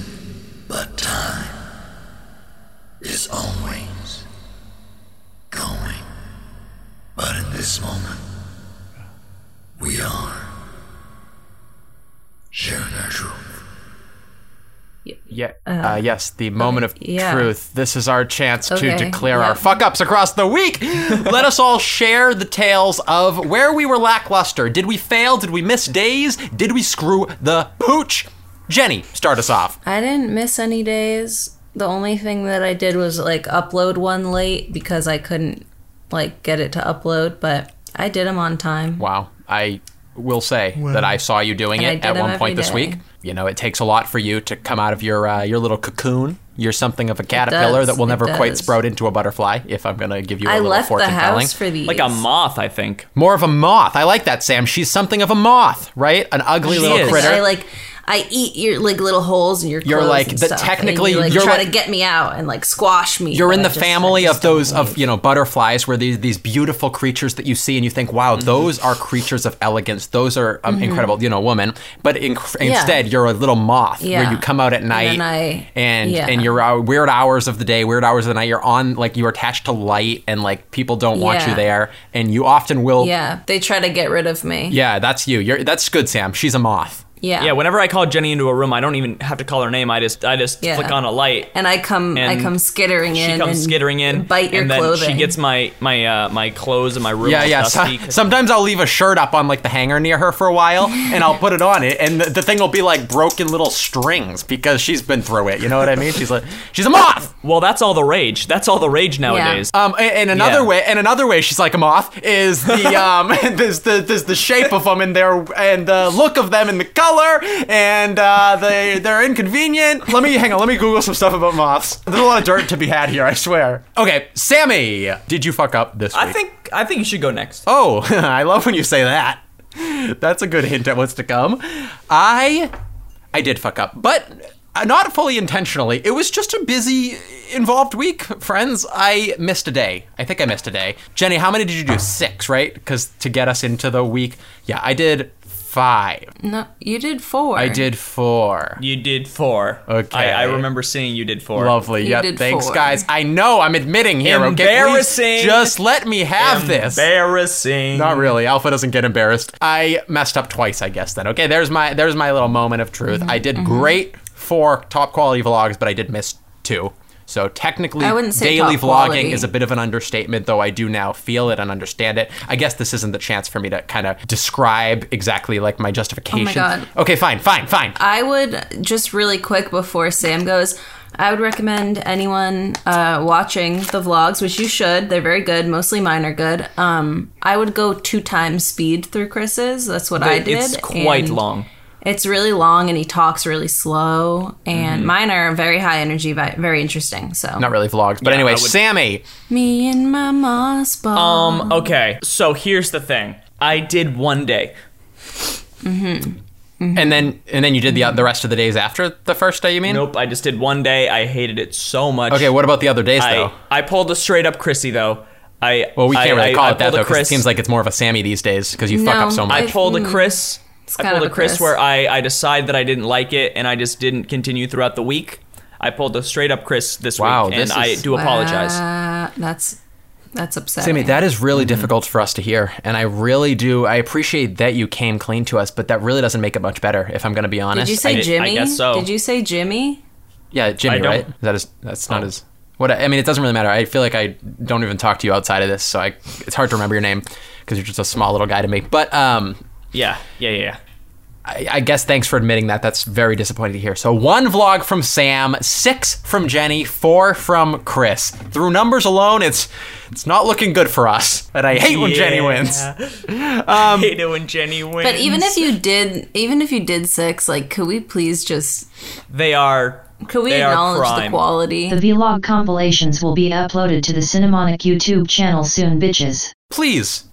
but time is always going. But in this moment, we are sharing our truth. Yeah. Uh, yes, the moment of yeah. truth. This is our chance Okay, to declare yeah. our fuck ups across the week. Let us all share the tales of where we were lackluster. Did we fail? Did we miss days? Did we screw the pooch? Jenny, start us off. I didn't miss any days. The only thing that I did was like upload one late because I couldn't like get it to upload, but I did them on time. Wow. I will say Wow. that I saw you doing And I it did at them one every point this day. week. You know, it takes a lot for you to come out of your uh, your little cocoon. You're something of a caterpillar does, that will it never quite does. sprout into a butterfly. If I'm gonna give you a I little left the fortune telling, house for these. Like a moth, I think. More of a moth. I like that, Sam. She's something of a moth, right? An ugly little critter. I like I eat your like little holes in your You're clothes like and the- stuff, technically, and you, like, you're try like- to get me out and like squash me. You're but in I the just- family of those of you know butterflies, where these these beautiful creatures that you see and you think, wow, Mm-hmm. those are creatures of elegance. Those are um, Mhm. incredible, you know, woman. But in, Yeah. instead, you're a little moth where Yeah. you come out at night and then I and yeah. and your uh, weird hours of the day, weird hours of the night. You're on like you're attached to light, and like people don't want you Yeah. there, and you often will. yeah, they try to get rid of me. Yeah, that's you. You're that's good, Sam. She's a moth. Yeah. Yeah. Whenever I call Jenny into a room, I don't even have to call her name. I just I just Yeah. flick on a light. And I come, I And come skittering She in. comes and skittering in, bite your and then clothing. she gets my my uh, my clothes and my room. yeah, all yeah. Dusty. So- sometimes I'll leave a shirt up on like the hanger near her for a while, and I'll put it on it, and the, the thing will be like broken little strings because she's been through it. You know what I mean? She's like, she's a moth. Well, that's all the rage. That's all the rage nowadays. Um, a- and, another Yeah. way, and another way, she's like a moth is the um, there's the there's the shape of them and their and the look of them and the color and uh, they they're inconvenient. Let me hang on. Let me Google some stuff about moths. There's a lot of dirt to be had here. I swear. Okay, Sammy, did you fuck up this week? I think I think you should go next. Oh, I love when you say that. That's a good hint at what's to come. I I did fuck up, but not fully intentionally. It was just a busy involved week, friends. I missed a day. I think I missed a day. Jenny, how many did you do? 6, right? Cuz to get us into the week. Yeah, I did 5. No, you did four. I did 4. You did four. Okay. I, I remember seeing you did four. Lovely. You yeah. did Thanks, four. guys. I know I'm admitting here. Okay. Please Embarrassing. Just let me have this. Embarrassing. Not Mm-hmm. really. Alpha doesn't get embarrassed. I messed up twice, I guess. Then okay. There's my there's my little moment of truth. Mm-hmm. I did great for top quality vlogs, but I did miss two. So technically, I wouldn't say daily top vlogging quality. is a bit of an understatement, though I do now feel it and understand it. I guess this isn't the chance for me to kind of describe exactly like my justification. Oh God. Okay, fine, fine, fine. I would just really quick before Sam goes. I would recommend anyone uh, watching the vlogs, which you should. They're very good. Mostly mine are good. Um, I would go two times speed through Chris's. That's what I But did. It's quite and long. It's really long, and he talks really slow. Mm-hmm. And Mhm. mine are very high energy, vi- very interesting. So Not really vlogs, but Yeah, anyway, I would- Sammy. Me and my moss ball. Um. Okay. So here's the thing. I did one day. Mm-hmm. And then and then you did the the rest of the days after the first day. You mean? Nope. I just did one day. I hated it so much. Okay, what about the other days I, though? I pulled the straight up Chrissy though. I Well, we can't I- really I- call I it that pulled a though, because it Chris. seems like it's more of a Sammy these days because you fuck up so much. I pulled a Chris. I kind pulled of a a Chris, Chris. where I I decide that I didn't like it and I just didn't continue throughout the week. I pulled a straight up Chris this Wow, week, this and I is- do apologize. Wow, that's that's upsetting. Sammy, that is really difficult for us to hear, and I really do. I appreciate that you came clean to us, but that really doesn't make it much better. If I'm going to be honest, Did you say Jimmy? Did you say Jimmy? yeah, I Jimmy, don't- right? Is that is that's not as what I I mean. It doesn't really matter. I feel like I don't even talk to you outside of this, so I it's hard to remember your name because you're just a small little guy to me. But um, yeah, yeah, yeah. I, I guess thanks for admitting that. That's very disappointing to hear. So one vlog from Sam, six from Jenny, four from Chris. Through numbers alone, it's it's not looking good for us. And I hate when Jenny Yeah. wins. I Um, hate it when Jenny wins. But even if you did, even if you did six, like, could we please just they are, could we they are acknowledge the prime. quality? The vlog compilations will be uploaded to the Cinemonic YouTube channel soon, bitches. Please,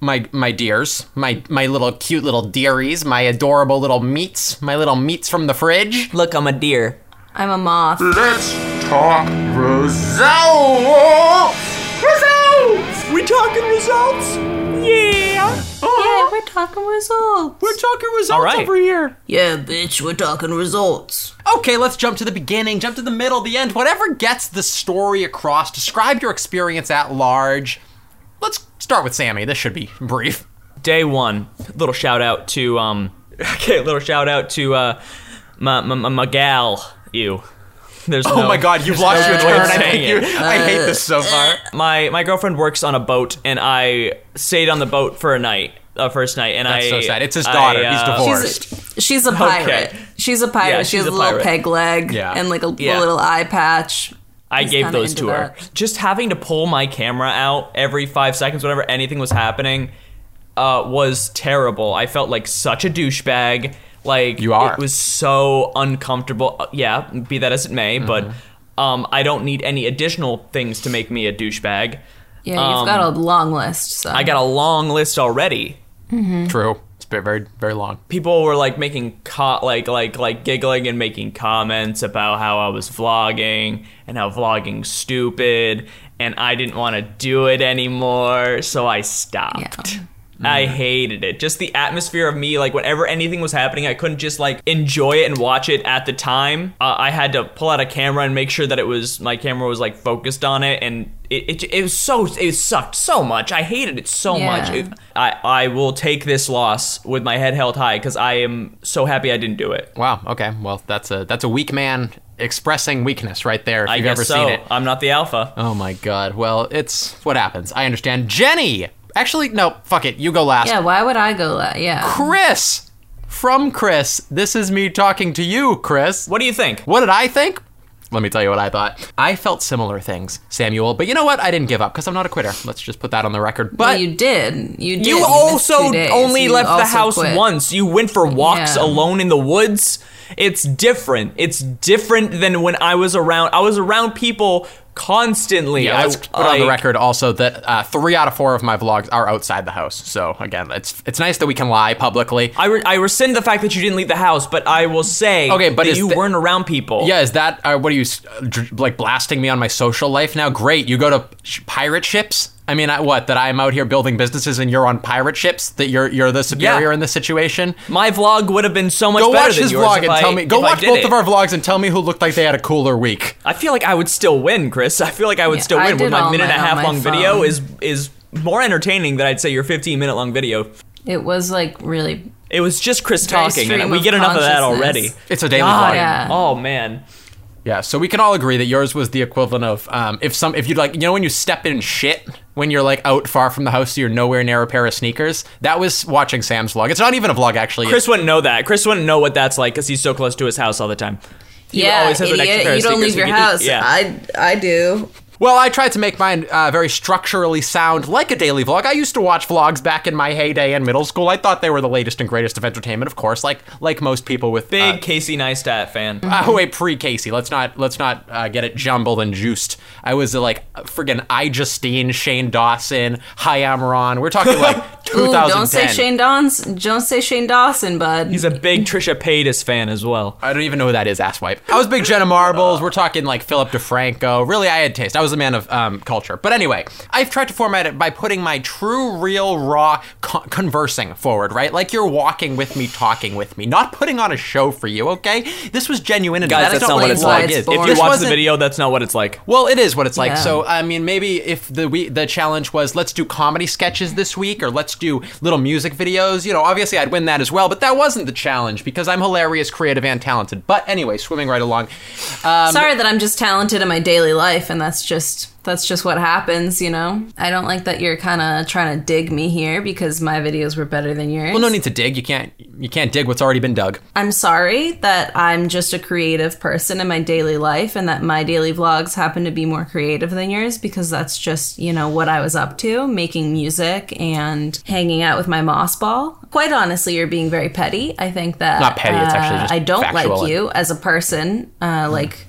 my my dears, my my little cute little dearies, my adorable little meats, my little meats from the fridge. Look, I'm a deer. I'm a moth. Let's talk Results! Results! We talking results? Yeah! Yeah, we're talking results. We're talking results over here. Yeah, bitch, we're talking results. Okay, let's jump to the beginning, jump to the middle, the end, whatever gets the story across. Describe your experience at large. let's start with Sammy. This should be brief. Day one, little shout out to um, okay, little shout out to uh, my my, my, my gal, you. There's Oh no- my God, you've there's lost no your way of turn. I saying hate it. you. I hate this so Uh, far. My my girlfriend works on a boat, and I stayed on the boat for a night, uh, first night, and That's I. uh, so sad. It's his daughter. He's divorced. She's a Okay. pirate. She's a pirate. Yeah, she she's has a, a little pirate. peg leg Yeah. and like a, Yeah. little eye patch. I He's gave kinda those into to her. Just having to pull my camera out every five seconds, whenever anything was happening, uh, was terrible. I felt like such a douchebag. Like you are. It was so uncomfortable. Uh, yeah, be that as it may, Mm-hmm. but um, I don't need any additional things to make me a douchebag. Yeah, you've Um, got a long list. So. I got a long list already. Mhm. True. It's been very very long. People were like making co- like like like giggling and making comments about how I was vlogging and how vlogging's stupid and I didn't want to do it anymore, so I stopped. I hated it. Just the atmosphere of me, like whenever anything was happening, I couldn't just like enjoy it and watch it at the time. Uh, I had to pull out a camera and make sure that it was my camera was like focused on it, and it it, it was so it sucked so much. I hated it so Yeah. much. It- I I will take this loss with my head held high because I am so happy I didn't do it. Wow. Okay. Well, that's a that's a weak man expressing weakness right there. If I you've guess ever so. seen it. I'm not the alpha. Oh my god. Well, it's what happens. I understand. Jenny. Actually, no. Fuck it. You go last. yeah, why would I go that? Yeah. Chris. From Chris. This is me talking to you, Chris. What do you think? What did I think? Let me tell you what I thought. I felt similar things, Samuel, but you know what? I didn't give up because I'm not a quitter. Let's just put that on the record. But Well, you did. You did. You missed also two days. only You left the also house quit. once. You went for walks Yeah. alone in the woods. It's different. It's different than when I was around. I was around people constantly. yeah, I, let's put on the like, record also that uh, three out of four of my vlogs are outside the house. So again, it's it's nice that we can lie publicly. I, re- I rescind the fact that you didn't leave the house, but I will say Okay, but that is you th- weren't around people. Yeah, is that uh, what are you s- uh, dr- like blasting me on my social life now? Great, you go to sh- pirate ships. I mean, I, what that I'm out here building businesses and you're on pirate ships. That you're you're the superior in this situation. My vlog would have been so much go better watch than his yours vlog if and I- tell me. Go if I watch did both it. of our vlogs and tell me who looked like they had a cooler week. I feel like I would still win, Chris. I feel like I would still I win. did With my all minute and a mine on half my long video phone. is is more entertaining than I'd say your 15 minute long video. It was like really. It was just Chris Very talking, stream and we of get enough of that already. consciousness. It's a daily God. vlog. Yeah. Oh man. Yeah, so we can all agree that yours was the equivalent of um, if some if you like you know when you step in shit when you're like out far from the house so you're nowhere near a pair of sneakers. That was watching Sam's vlog. It's not even a vlog actually. Chris wouldn't know that. Chris wouldn't know what that's like because he's so close to his house all the time. He yeah, always has an extra pair idiot. of You don't sneakers leave he your could eat. house. Yeah. I I do. Well, I tried to make mine uh, very structurally sound, like a daily vlog. I used to watch vlogs back in my heyday in middle school. I thought they were the latest and greatest of entertainment, of course, like like most people with Big Casey Neistat fan. Uh, wait, pre Casey. Let's not let's not uh, get it jumbled and juiced. I was uh, like friggin' I Justine, Shane Dawson, Hayam Ron. We're talking like Ooh, 2010. don't say Shane Dawson. Don't say Shane Dawson, bud. he's a big Trisha Paytas fan as well. I don't even know who that is, asswipe. I was big Jenna Marbles. We're talking like Philip DeFranco. Really, I had taste. I was a man of um, culture. But anyway, I've tried to format it by putting my true, real, raw con- conversing forward, right? Like you're walking with me, talking with me, not putting on a show for you, okay? This was genuine and Guys, that's, not, what what it's a vlog like. is. If you This watch the wasn't- video, that's not what it's like. Well, it is what it's like. Yeah. So, I mean, maybe if the we, the challenge was let's do comedy sketches this week or let's do little music videos, you know, obviously I'd win that as well, but that wasn't the challenge because I'm hilarious, creative, and talented. But anyway, swimming right along. um, Sorry that I'm just talented in my daily life, and that's just that's just what happens, you know. I don't like that you're kind of trying to dig me here because my videos were better than yours. Well, no need to dig. You can't you can't dig what's already been dug. I'm sorry that I'm just a creative person in my daily life, and that my daily vlogs happen to be more creative than yours because that's just you know what I was up to, making music and hanging out with my moss ball. Quite honestly, you're being very petty. I think that uh, Not petty, it's actually just I don't factual like and- Mm-hmm. you as a person. Uh, Like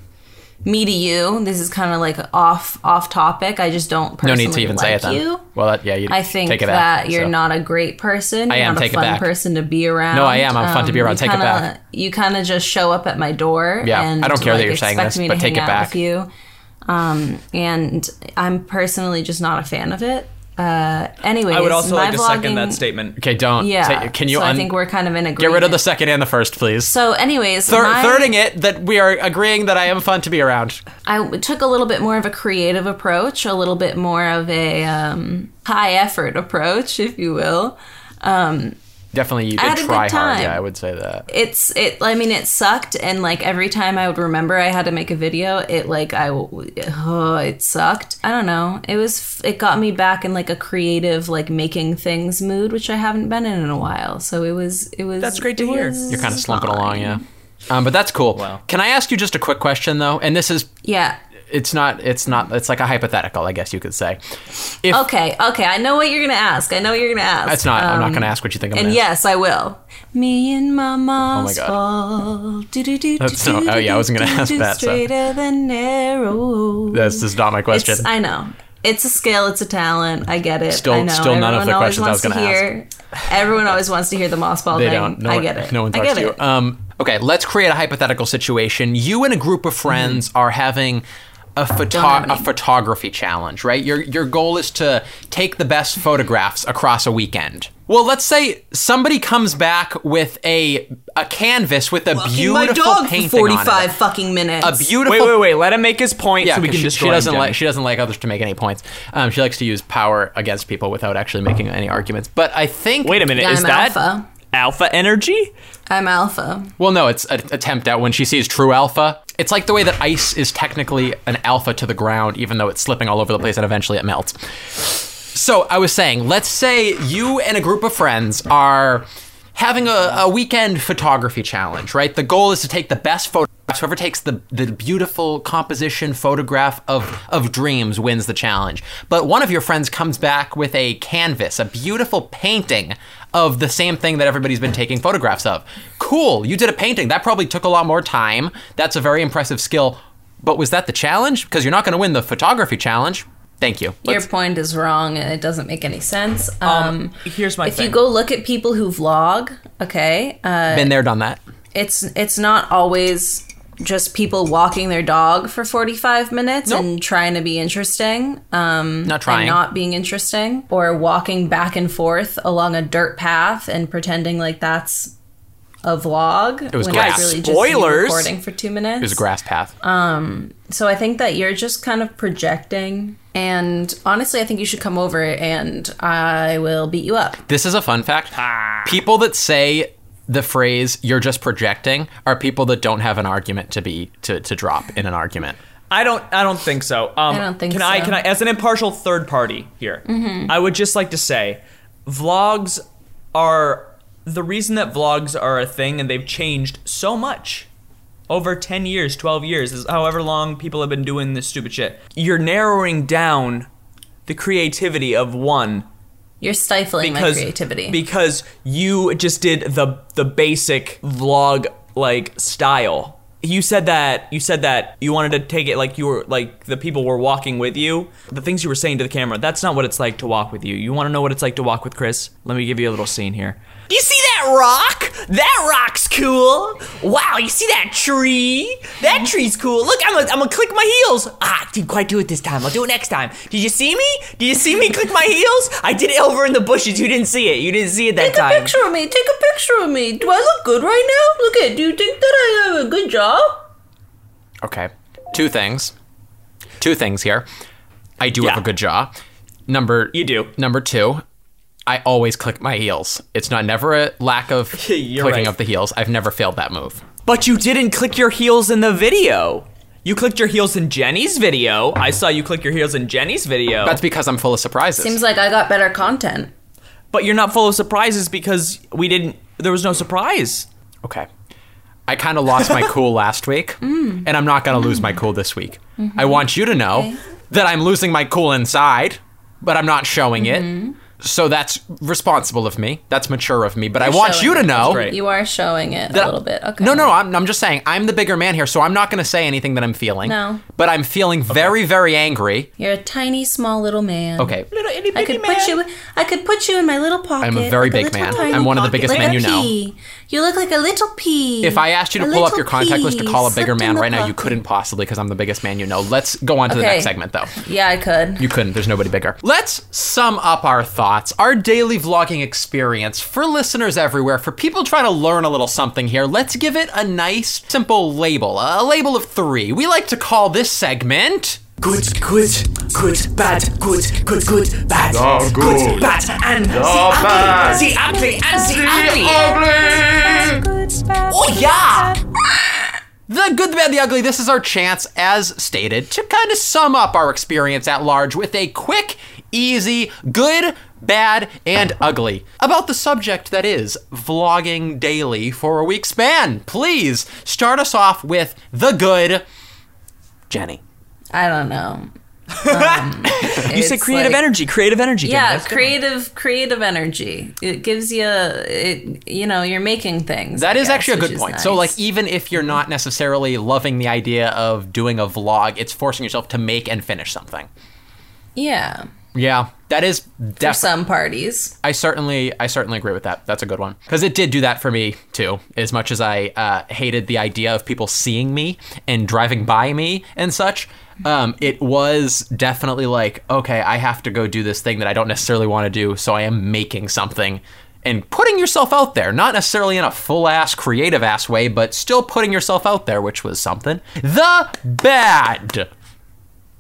me to you. This is kind of like off off topic. I just don't No personally need to even like say it then. you. Well, that, yeah, you I think take it that back, you're so. not a great person. I You're am, not take it a fun back. person to be around. Um, No, I am. I'm fun to be around. you Take it kinda- back. You kind of just show up at my door. Yeah, and, I don't care that like, you're saying expect this, me but to take it hang out back. With you, um, and I'm personally just not a fan of it. Uh, anyways, I would also my like to second that vlogging- statement. Okay, don't. Yeah. Take- can you so I un- think we're kind of in get agreement. rid of the second and the first, please? So, anyways, Thir- my- thirding it that we are agreeing that I am fun to be around. I w- took a little bit more of a creative approach, a little bit more of a um, high effort approach, if you will. Um, Definitely, you did I had a good try hard. time. Yeah, I would say that. it's it. I mean, it sucked, and like every time I would remember I had to make a video, it like I w- oh, it sucked. I don't know. It was it got me back in like a creative like making things mood, which I haven't been in in a while. So it was it was that's great to it hear. was- You're kind of slumping along, yeah. Um, but that's cool. Can I ask you just a quick question though? And this is yeah. it's not it's not it's like a hypothetical, I guess you could say. If- okay, okay. I know what you're gonna ask. I know what you're gonna ask. It's not. I'm not Um, going to ask what you think I'm and going to yes, I will. Me and my mom's God. fall. Do-do-do-do-do-do-do-do, That's no- oh, yeah, I wasn't gonna ask that, so. Straighter than narrow. ask. This is not my question. It's, I know. It's a skill. It's a talent. I get it. Still- I know. still none of the always questions I was wants gonna hear- Everyone always wants to hear the moss ball they thing. don't. No I one, get it. No one I talks get to you. it. Um, okay, let's create a hypothetical situation. You and a group of friends Hmm. are having a photo- a photography challenge, right? Your your goal is to take the best photographs across a weekend. Well, let's say somebody comes back with a a canvas with a Fucking my beautiful dog for painting on it. 45 fucking minutes. A beautiful. Wait, wait, wait. Let him make his point Yeah, so we 'cause can she, destroy she doesn't him, Jenny. like she doesn't like others to make any points. Um, she likes to use power against people without actually making any arguments. But I think Wait a minute. Yeah, is I'm that alpha. alpha energy? I'm alpha. Well, no, it's an attempt at when she sees true alpha. It's like the way that ice is technically an alpha to the ground, even though it's slipping all over the place and eventually it melts. So I was saying, let's say you and a group of friends are having a, a weekend photography challenge, right? The goal is to take the best photographs. Whoever takes the, the beautiful composition photograph of, of dreams wins the challenge. But one of your friends comes back with a canvas, a beautiful painting of the same thing that everybody's been taking photographs of. Cool, you did a painting. That probably took a lot more time. That's a very impressive skill. But was that the challenge? Because you're not going to win the photography challenge. Thank you. Your Let's- point is wrong and it doesn't make any sense. Um, here's my If thing. you go look at people who vlog, okay, uh, been there, done that. it's it's not always just people walking their dog for 45 minutes and trying to be interesting um Not trying. and not being interesting or walking back and forth along a dirt path and pretending like that's a vlog It was when grass. it's really just you Spoilers. recording for two minutes It was a grass path. um, so I think that you're just kind of projecting. And honestly, I think you should come over and I will beat you up. This is a fun fact. People that say the phrase "you're just projecting" are people that don't have an argument to be to, to drop in an argument. I don't. I don't think so. Um, I don't think can I? so. Can I? As an impartial third party here, Mhm. I would just like to say, vlogs are the reason that vlogs are a thing, and they've changed so much over 10 years, 12 years, is however long people have been doing this stupid shit. You're narrowing down the creativity of one You're stifling my creativity. because you just did the the basic vlog like style. You said that you said that you wanted to take it like you were like the people were walking with you. The things you were saying to the camera, that's not what it's like to walk with you. You want to know what it's like to walk with Chris? Let me give you a little scene here. You see that rock? That rock's cool. Wow, you see that tree? That tree's cool. Look, I'm gonna, I'm gonna click my heels. Ah, didn't quite do it this time. I'll do it next time. Did you see me? Did you see me click my heels? I did it over in the bushes. You didn't see it. You didn't see it that Take a time. picture of me. Take a picture of me. Do I look good right now? Look at. Do you think that I have a good job? Okay. Two things. Two things here. I do have a good jaw. Number You do. Number 2. I always click my heels. It's not never a lack of clicking right. of the heels. I've never failed that move. But you didn't click your heels in the video. You clicked your heels in Jenny's video. I saw you click your heels in Jenny's video. That's because I'm full of surprises. Seems like I got better content. but you're not full of surprises because we didn't. There was no surprise. Okay. I kind of lost my cool last week, Mm. and I'm not going to lose my cool this week. Mhm. Mm-hmm. I want you to know Okay. Mm-hmm. that I'm losing my cool inside, but I'm not showing it. So that's responsible of me. That's mature of me. But I You're want showing you to it. know. You are showing it that- a little bit. Okay. No, no, I'm, I'm just saying I'm the bigger man here, so I'm not going to say anything that I'm feeling. No. But I'm feeling very, very angry. You're a tiny, small little man. Okay. Little itty bitty I could put you. I could put you in my little pocket. I'm a very big like little man. tiny I'm one of the pocket, biggest men like a you know. pea. You look like a little pea. If I asked you to A pull up little your contact list to pea call a bigger slipped in man the right now, you pocket. couldn't possibly because I'm the biggest man you know. Let's go on to the Okay. next segment, though. Yeah, I could. You couldn't. There's nobody bigger. Let's sum up our thoughts, our daily vlogging experience for listeners everywhere, for people trying to learn a little something here. Let's give it a nice, simple label, a label of three. We like to call this segment. Good, good, good, bad, good, good, good, bad. The good. Good, bad, and The the bad. ugly, the ugly, and the ugly. Oh, yeah! The good, the bad, the ugly. This is our chance, as stated, to kind of sum up our experience at large with a quick, easy, good, bad, and ugly about the subject that is vlogging daily for a week span. Please start us off with the good, Jenny. I don't know. you said it's creative like- energy, creative energy. Jenny. Yeah, That's good. creative, creative energy. It gives you, it, you know, you're making things. That I is guess, actually a which good is point. So, nice. like, Mm-hmm. even if you're not necessarily loving the idea of doing a vlog, it's forcing yourself to make and finish something. yeah, Yeah, that is definitely for some parties. I certainly, I certainly agree with that. That's a good one because it did do that for me too. As much as I uh, hated the idea of people seeing me and driving by me and such, um, it was definitely like, okay, I have to go do this thing that I don't necessarily want to do, so I am making something and putting yourself out there, not necessarily in a full ass, creative ass way, but still putting yourself out there, which was something. The bad,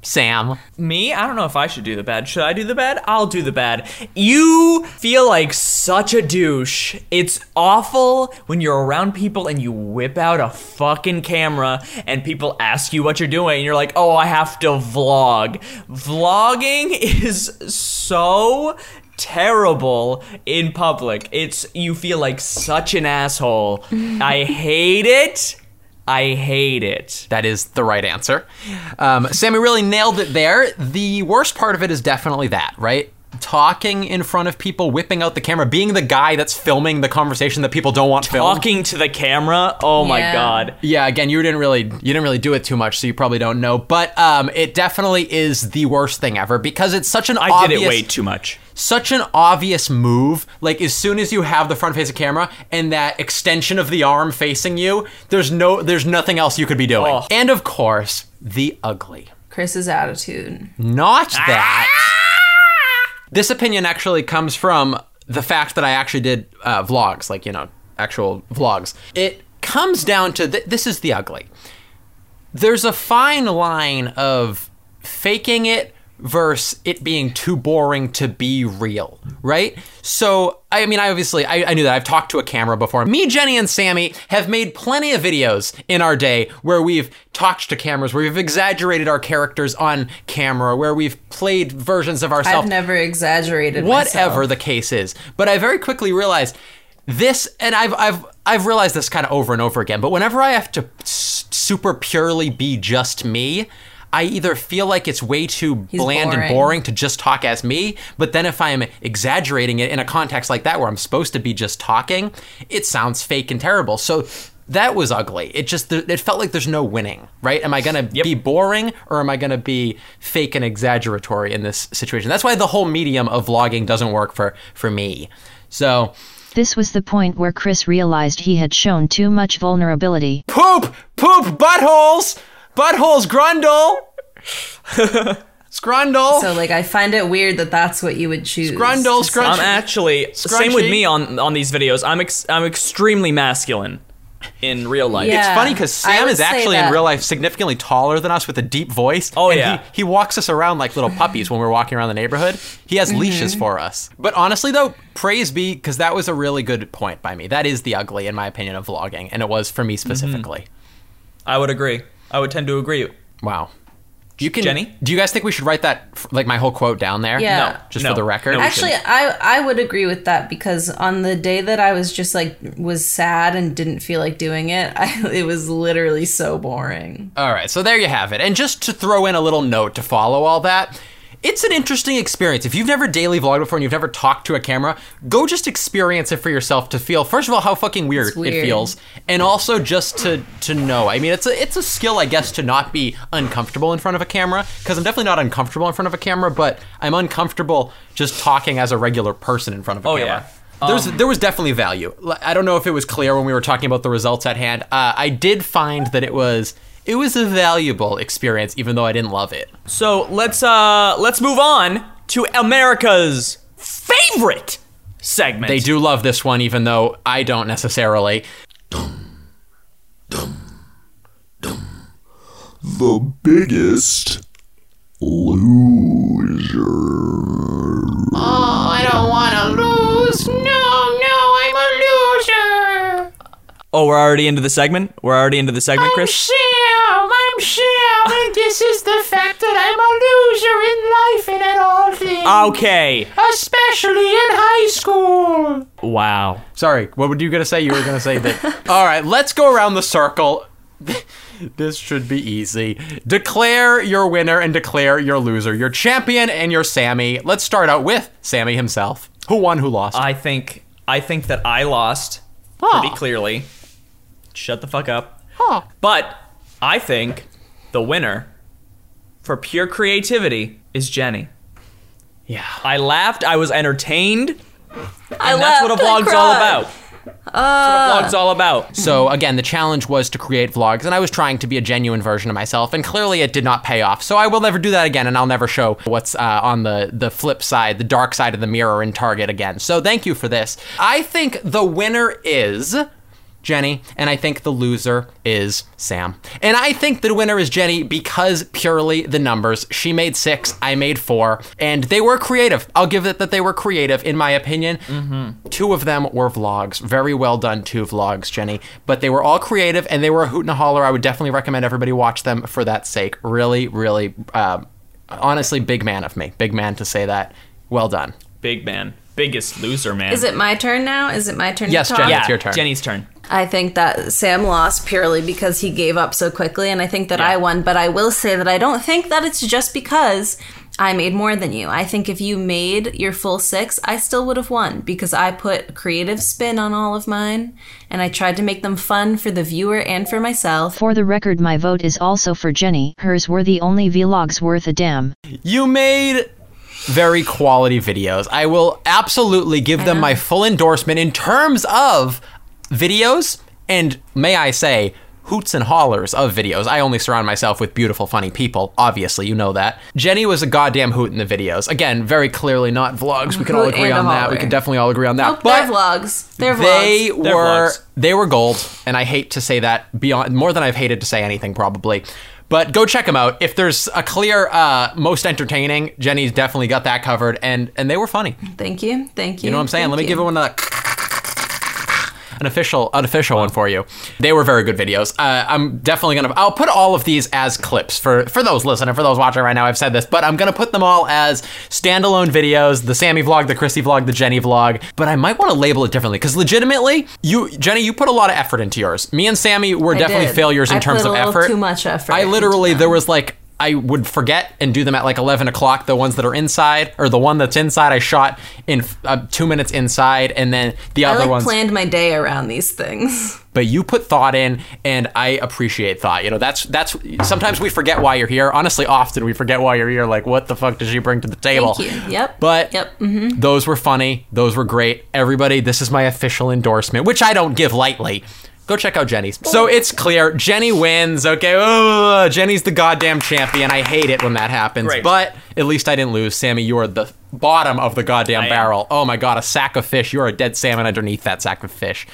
Sam. Me? I don't know if I should do the bad. Should I do the bad? I'll do the bad. You feel like such a douche. It's awful when you're around people and you whip out a fucking camera and people ask you what you're doing and you're like, oh, I have to vlog. Vlogging is so terrible in public. It's, you feel like such an asshole. I hate it. I hate it. That is the right answer. Um, Sammy really nailed it there. The worst part of it is definitely that, right? Talking in front of people, whipping out the camera, being the guy that's filming the conversation that people don't want filmed. Talking to the camera. Oh my Yeah. god. Yeah, again, you didn't really you didn't really do it too much, so you probably don't know. But um, it definitely is the worst thing ever because it's such an I did it obvious- way too much. Such an obvious move. Like as soon as you have the front face of camera and that extension of the arm facing you, there's no there's nothing else you could be Oh. doing. And of course, the ugly. Chris's attitude. Not that. This opinion actually comes from the fact that I actually did uh, vlogs, like, you know, actual vlogs. It comes down to th- this is the ugly. There's a fine line of faking it versus it being too boring to be real, right? So, I mean, I obviously, I, I knew that. I've talked to a camera before. Me, Jenny, and Sammy have made plenty of videos in our day where we've talked to cameras, where we've exaggerated our characters on camera, where we've played versions of ourselves I've never exaggerated. Oh. whatever myself. the case is but i very quickly realized this and i've i've i've realized this kind of over and over again but whenever i have to s- super purely be just me I either feel like it's way too He's bland boring. and boring to just talk as me, but then if I'm exaggerating it in a context like that where I'm supposed to be just talking, it sounds fake and terrible. So that was ugly. It just it felt like there's no winning, right? Am I going to be boring or am I going to be fake and exaggeratory in this situation? That's why the whole medium of vlogging doesn't work for for me. So, This was the point where Chris realized he had shown too much vulnerability. poop, poop, buttholes, buttholes, grundle. Scrundle. So like, I find it weird that that's what you would choose. I'm actually same with me on on these videos. I'm ex- I'm extremely masculine in real life. It's funny because Sam is actually in real life significantly taller than us with a deep voice. Oh yeah. he, he walks us around like little puppies when we're walking around the neighborhood. He Mm-hmm. has leashes Mhm. for us. But honestly, though, praise be because that was a really good point by me. That is the ugly, in my opinion, of vlogging, and it was for Mm-hmm. me specifically. I would agree. I would tend to agree. Wow. You can Jenny? Do you guys think we should write that f- like my whole quote down there? Yeah. No. Just No. for the record. Actually, I I would agree with that because on the day that I was just like was sad and didn't feel like doing it, I, it was literally so boring. Uh, All right, so there you have it. And just to throw in a little note to follow all that, It's an interesting experience. If you've never daily vlogged before and you've never talked to a camera, go just experience it for yourself to feel. First of all, how fucking weird, weird. it feels, and also just to to know. I mean, it's a it's a skill, I guess, to not be uncomfortable in front of a camera because I'm definitely not uncomfortable in front of a camera, but I'm uncomfortable just talking as a regular person in front of a Oh, camera. yeah. There's, Um, there was definitely value. L- I don't know if it was clear when we were talking about the results at hand. Uh, I did find that it was it was a valuable experience, even though I didn't love it. So let's uh let's move on to America's favorite segment. They do love this one, even though I don't necessarily. The biggest loser. Oh, I don't want to lose. No, no, I'm a loser. Oh, we're already into the segment. We're already into the segment, Chris. Sam, I'm Sam, and this is the fact that I'm a loser in life and at all things. Okay. Especially in high school. Wow. Sorry, what were you gonna say? You were gonna say that. all right, let's go around the circle. this should be easy. Declare your winner and declare your loser, your champion and your Sammy. Let's start out with Sammy himself. Who won? Who lost? I think I think that I lost pretty clearly. Shut the fuck up. But I think the winner for pure creativity is Jenny. Yeah. I laughed. I was entertained. I and that's what a laughed, I vlog's all cried. about. Uh, Vlog's all about. So again, the challenge was to create vlogs, and I was trying to be a genuine version of myself, and clearly it did not pay off. So I will never do that again, and I'll never show what's uh, on the the flip side, the dark side of the mirror in Target again. So thank you for this. I think the winner is. Jenny, and I think the loser is Sam. And I think the winner is Jenny because purely the numbers. She made six, I made four, and they were creative. I'll give it that they were creative, in my opinion. Two of them were vlogs. Very well done, two vlogs, Jenny. But they were all creative and they were a hoot and a holler. I would definitely recommend everybody watch them for that sake. Really, really, um, honestly, big man of me. Big man to say that. Well done. Big man. Biggest loser, man. is it my turn now? Is it my turn? Yes, to talk? Jenny, it's your turn. Jenny's turn. I think that Sam lost purely because he gave up so quickly, and I think that I won. But I will say that I don't think that it's just because I made more than you. I think if you made your full six, I still would have won because I put creative spin on all of mine, and I tried to make them fun for the viewer and for myself. For the record, my vote is also for Jenny. Hers were the only vlogs worth a damn. You made very quality videos. I will absolutely give them my full endorsement in terms of videos and may I say hoots and hollers of videos. I only surround myself with beautiful funny people. Obviously, you know that. Jenny was a goddamn hoot in the videos. Again, very clearly not vlogs. We can all Hoot agree and a on that. We holler. can definitely all agree on that. Nope, Oh, they're vlogs. They're They vlogs. were they were gold, and I hate to say that beyond more than I've hated to say anything probably. But go check them out. If there's a clear uh, most entertaining, Jenny's definitely got that covered, and and they were funny. Thank you. Thank you. You know what I'm saying? Thank Let me you. give one a an official unofficial one for you. They were very good videos. Uh, I'm definitely gonna. I'll put all of these as clips for for those listening, for those watching right now. I've said this, but I'm gonna put them all as standalone videos: the Sammy vlog, the Christy vlog, the Jenny vlog. But I might want to label it differently because legitimately, you Jenny, you put a lot of effort into yours. Me and Sammy were I definitely did. failures in I terms put a of little effort. Too much effort. I literally there was like I would forget and do them at like 11 o'clock. The ones that are inside, or the one that's inside, I shot in uh, two minutes inside, and then the I other like ones. planned my day around these things. but you put thought in, and I appreciate thought. You know, that's that's sometimes we forget why you're here. Honestly, often we forget why you're here. Like, what the fuck does she bring to the table? Thank you. Yep. But Yep. hmm Mm-hmm. those were funny. Those were great. Everybody, this is my official endorsement, which I don't give lightly. Go check out Jenny's. So it's clear Jenny wins. Okay. Ugh, Jenny's the goddamn champion. I hate it when that happens. Great. But at least I didn't lose. Sammy, you are the bottom of the goddamn I am. barrel. Oh my god, a sack of fish. You're a dead salmon underneath that sack of fish.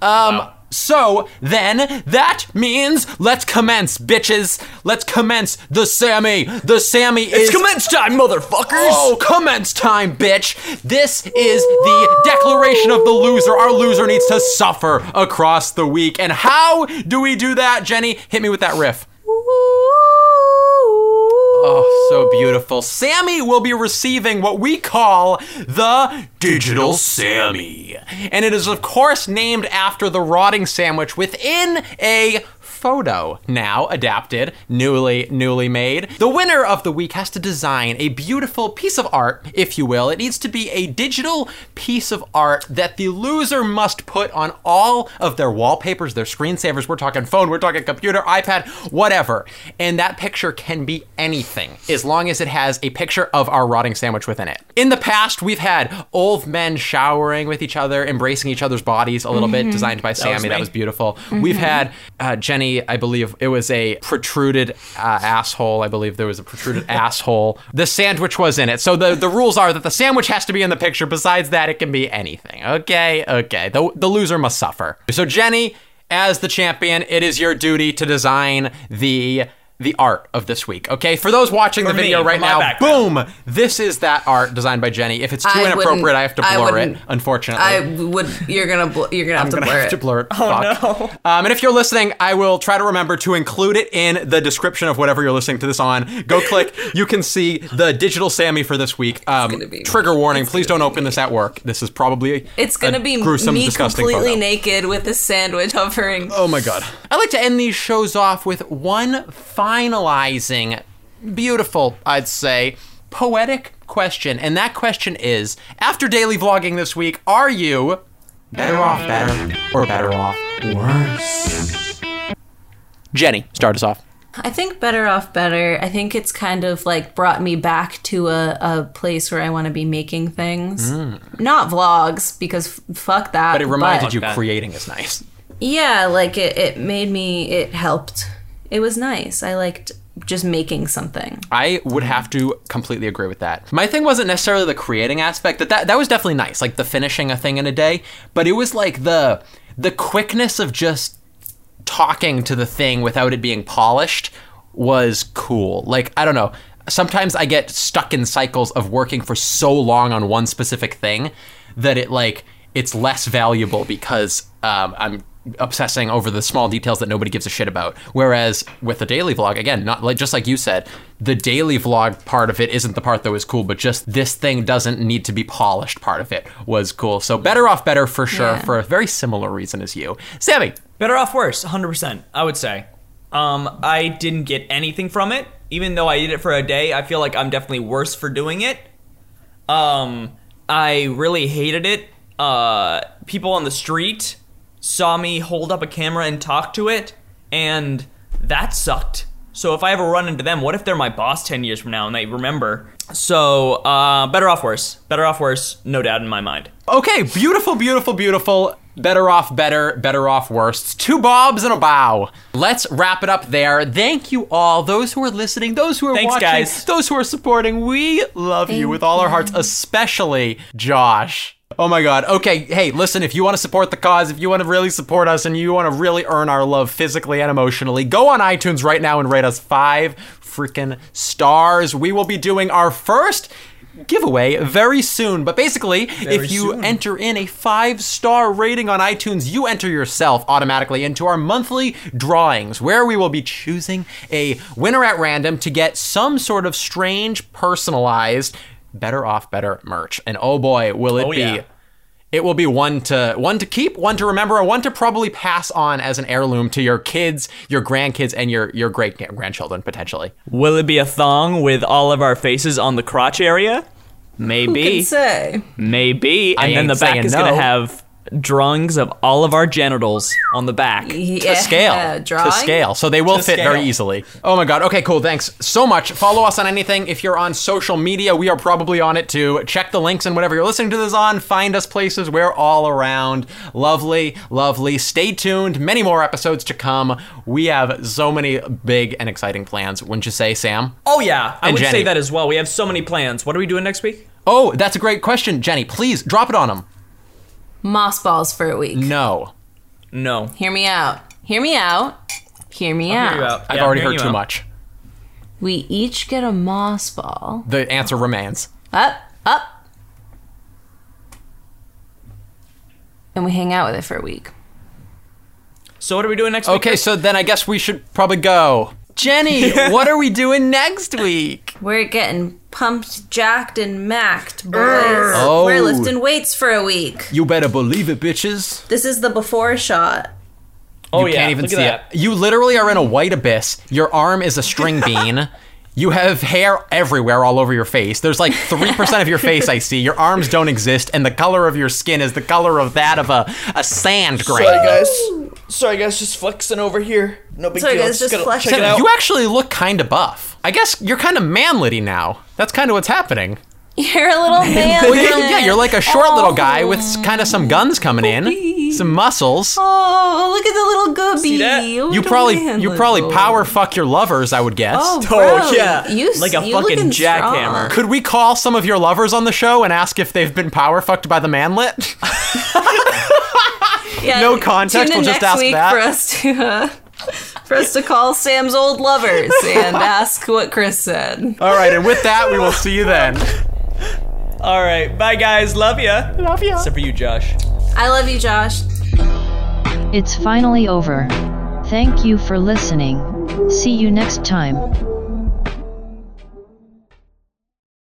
Um so then that means let's commence, bitches. Let's commence the Sammy. The Sammy is It's commence time, motherfuckers! Oh, commence time, bitch! This is the declaration of the loser. Our loser needs to suffer across the week. And how do we do that, Jenny? Hit me with that riff. Oh, so beautiful. Sammy will be receiving what we call the Digital Sammy. And it is, of course, named after the rotting sandwich within a photo. Now adapted, newly, newly made. The winner of the week has to design a beautiful piece of art, if you will. It needs to be a digital piece of art that the loser must put on all of their wallpapers, their screensavers. We're talking phone, we're talking computer, iPad, whatever. And that picture can be anything, as long as it has a picture of our rotting sandwich within it. In the past, we've had old men showering with each other, embracing each other's bodies a little bit, Mhm. designed That by was Sammy. that me. was beautiful. We've Mhm. had uh, Jenny, I believe it was a protruded uh, asshole. I believe there was a protruded asshole. The sandwich was in it. So the, the rules are that the sandwich has to be in the picture. Besides that, it can be anything. Okay, okay. The, the loser must suffer. So, Jenny, as the champion, it is your duty to design the. The art of this week. Okay, for those watching the For me, video right for my now, background. boom! This is that art designed by Jenny. If it's too I wouldn't- inappropriate, I have to I blur it. wouldn't- Unfortunately, I would. You're gonna. Bl- you're gonna have I'm to gonna blur have it. to blur it. Oh no! Um, and if you're listening, I will try to remember to include it in the description of whatever you're listening to this on. Go click. you can see the digital Sammy for this week. Um, trigger warning: Please don't open this at work. This is probably It's gonna a be gruesome, me disgusting completely photo. naked with a sandwich hovering. Oh my god. I like to end these shows off with one finalizing, beautiful, I'd say, poetic question. And that question is after daily vlogging this week, are you better off better or better off worse? Jenny, start us off. I think better off better. I think it's kind of like brought me back to a, a place where I want to be making things, not vlogs because f- fuck that. Hmm. But it reminded you but- creating is nice. Yeah, like it, it made me, it helped. It was nice. I liked just making something. I would have to completely agree with that. My thing wasn't necessarily the creating aspect. That that, that was definitely nice, like the finishing a thing in a day, but it was like the the quickness of just talking to the thing without it being polished was cool. Like, I don't know. Sometimes I get stuck in cycles of working for so long on one specific thing that it like it's less valuable because um, I'm obsessing over the small details that nobody gives a shit about. Whereas with the daily vlog, again, not like just like you said, the daily vlog part of it isn't the part that was cool, but just this thing doesn't need to be polished part of it was cool. So better off better for sure Yeah. for a very similar reason as you. Sammy, Better off worse, 100%, I would say. Um, I didn't get anything from it. Even though I did it for a day, I feel like I'm definitely worse for doing it. Um, I really hated it. Uh, people on the street saw me hold up a camera and talk to it, and that sucked. So if I ever run into them, what if they're my boss 10 years from now and they remember? So, uh, better off worse. Better off worse, no doubt in my mind. Okay, beautiful, beautiful, beautiful. Better off, better, better off, worse. Two bobs and a bow. Let's wrap it up there. Thank you all, those who are listening, those who are Thanks, watching, guys. those who are supporting. We love you Thank with all our hearts, especially Josh. Oh my God. Okay, hey, listen, if you want to support the cause, if you want to really support us and you want to really earn our love physically and emotionally, go on iTunes right now and rate us five freaking stars. We will be doing our first giveaway very soon. But basically, if you enter in a five star rating on iTunes, you enter yourself automatically into our monthly drawings where we will be choosing a winner at random to get some sort of strange, personalized, better off, better merch. And oh boy, will it Oh, be. yeah. It will be one to one to keep, one to remember, and one to probably pass on as an heirloom to your kids, your grandkids, and your your great grandchildren potentially. Will it be a thong with all of our faces on the crotch area? Maybe. Who can say? Maybe. I And then ain't the back saying is going no. to have drawings of all of our genitals on the back. Yeah, uh, scale. drawing? To scale. So they will To fit very scale. easily. Oh my God. Okay, cool. Thanks so much. Follow us on anything. If you're on social media, we are probably on it too. Check the links and whatever you're listening to this on. Find us places. We're all around. Lovely, lovely. Stay tuned. Many more episodes to come. We have so many big and exciting plans. Wouldn't you say, Sam? Oh, yeah. I And would Jenny. say that as well. We have so many plans. What are we doing next week? Oh, that's a great question, Jenny. Please drop it on them. Moss balls for a week. No. No. Hear me out. Hear me out. Hear me out. I've already heard too much. We each get a moss ball. The answer remains. Up, up. And we hang out with it for a week. So what are we doing next week? Okay, so then I guess we should probably go. Jenny, what are we doing next week? We're getting pumped, jacked, and macked, boys. Oh. We're lifting weights for a week. You better believe it, bitches. This is the before shot. Oh, you yeah, can't even look at see it. that. You literally are in a white abyss. Your arm is a string bean. You have hair everywhere all over your face. There's like 3% of your face I see. Your arms don't exist, and the color of your skin is the color of that of a, a sand grain. Sorry guys. Sorry guys, just flexing over here. No big Sorry, deal. guys, just gotta flexing. Check it out. You actually look kind of buff. I guess you're kind of manlity now. That's kind of what's happening. You're a little man. Well, you're- yeah, you're like a short little guy with kind of Oh, some guns coming in, some muscles. Oh, look at the little gooby. Look You at probably man, you look. probably power fuck your lovers, I would guess. Oh, bro, Oh, yeah. you s- Like a you fucking looking jackhammer. strong. Could we call some of your lovers on the show and ask if they've been power fucked by the manlet? Yeah, no context, Tune in we'll just next ask week that. for us to uh, for us to call Sam's old lovers and ask what Chris said. All right, and with that, we will see you then. All right. Bye guys. Love ya. Love ya. Except for you, Josh. I love you, Josh. It's finally over. Thank you for listening. See you next time.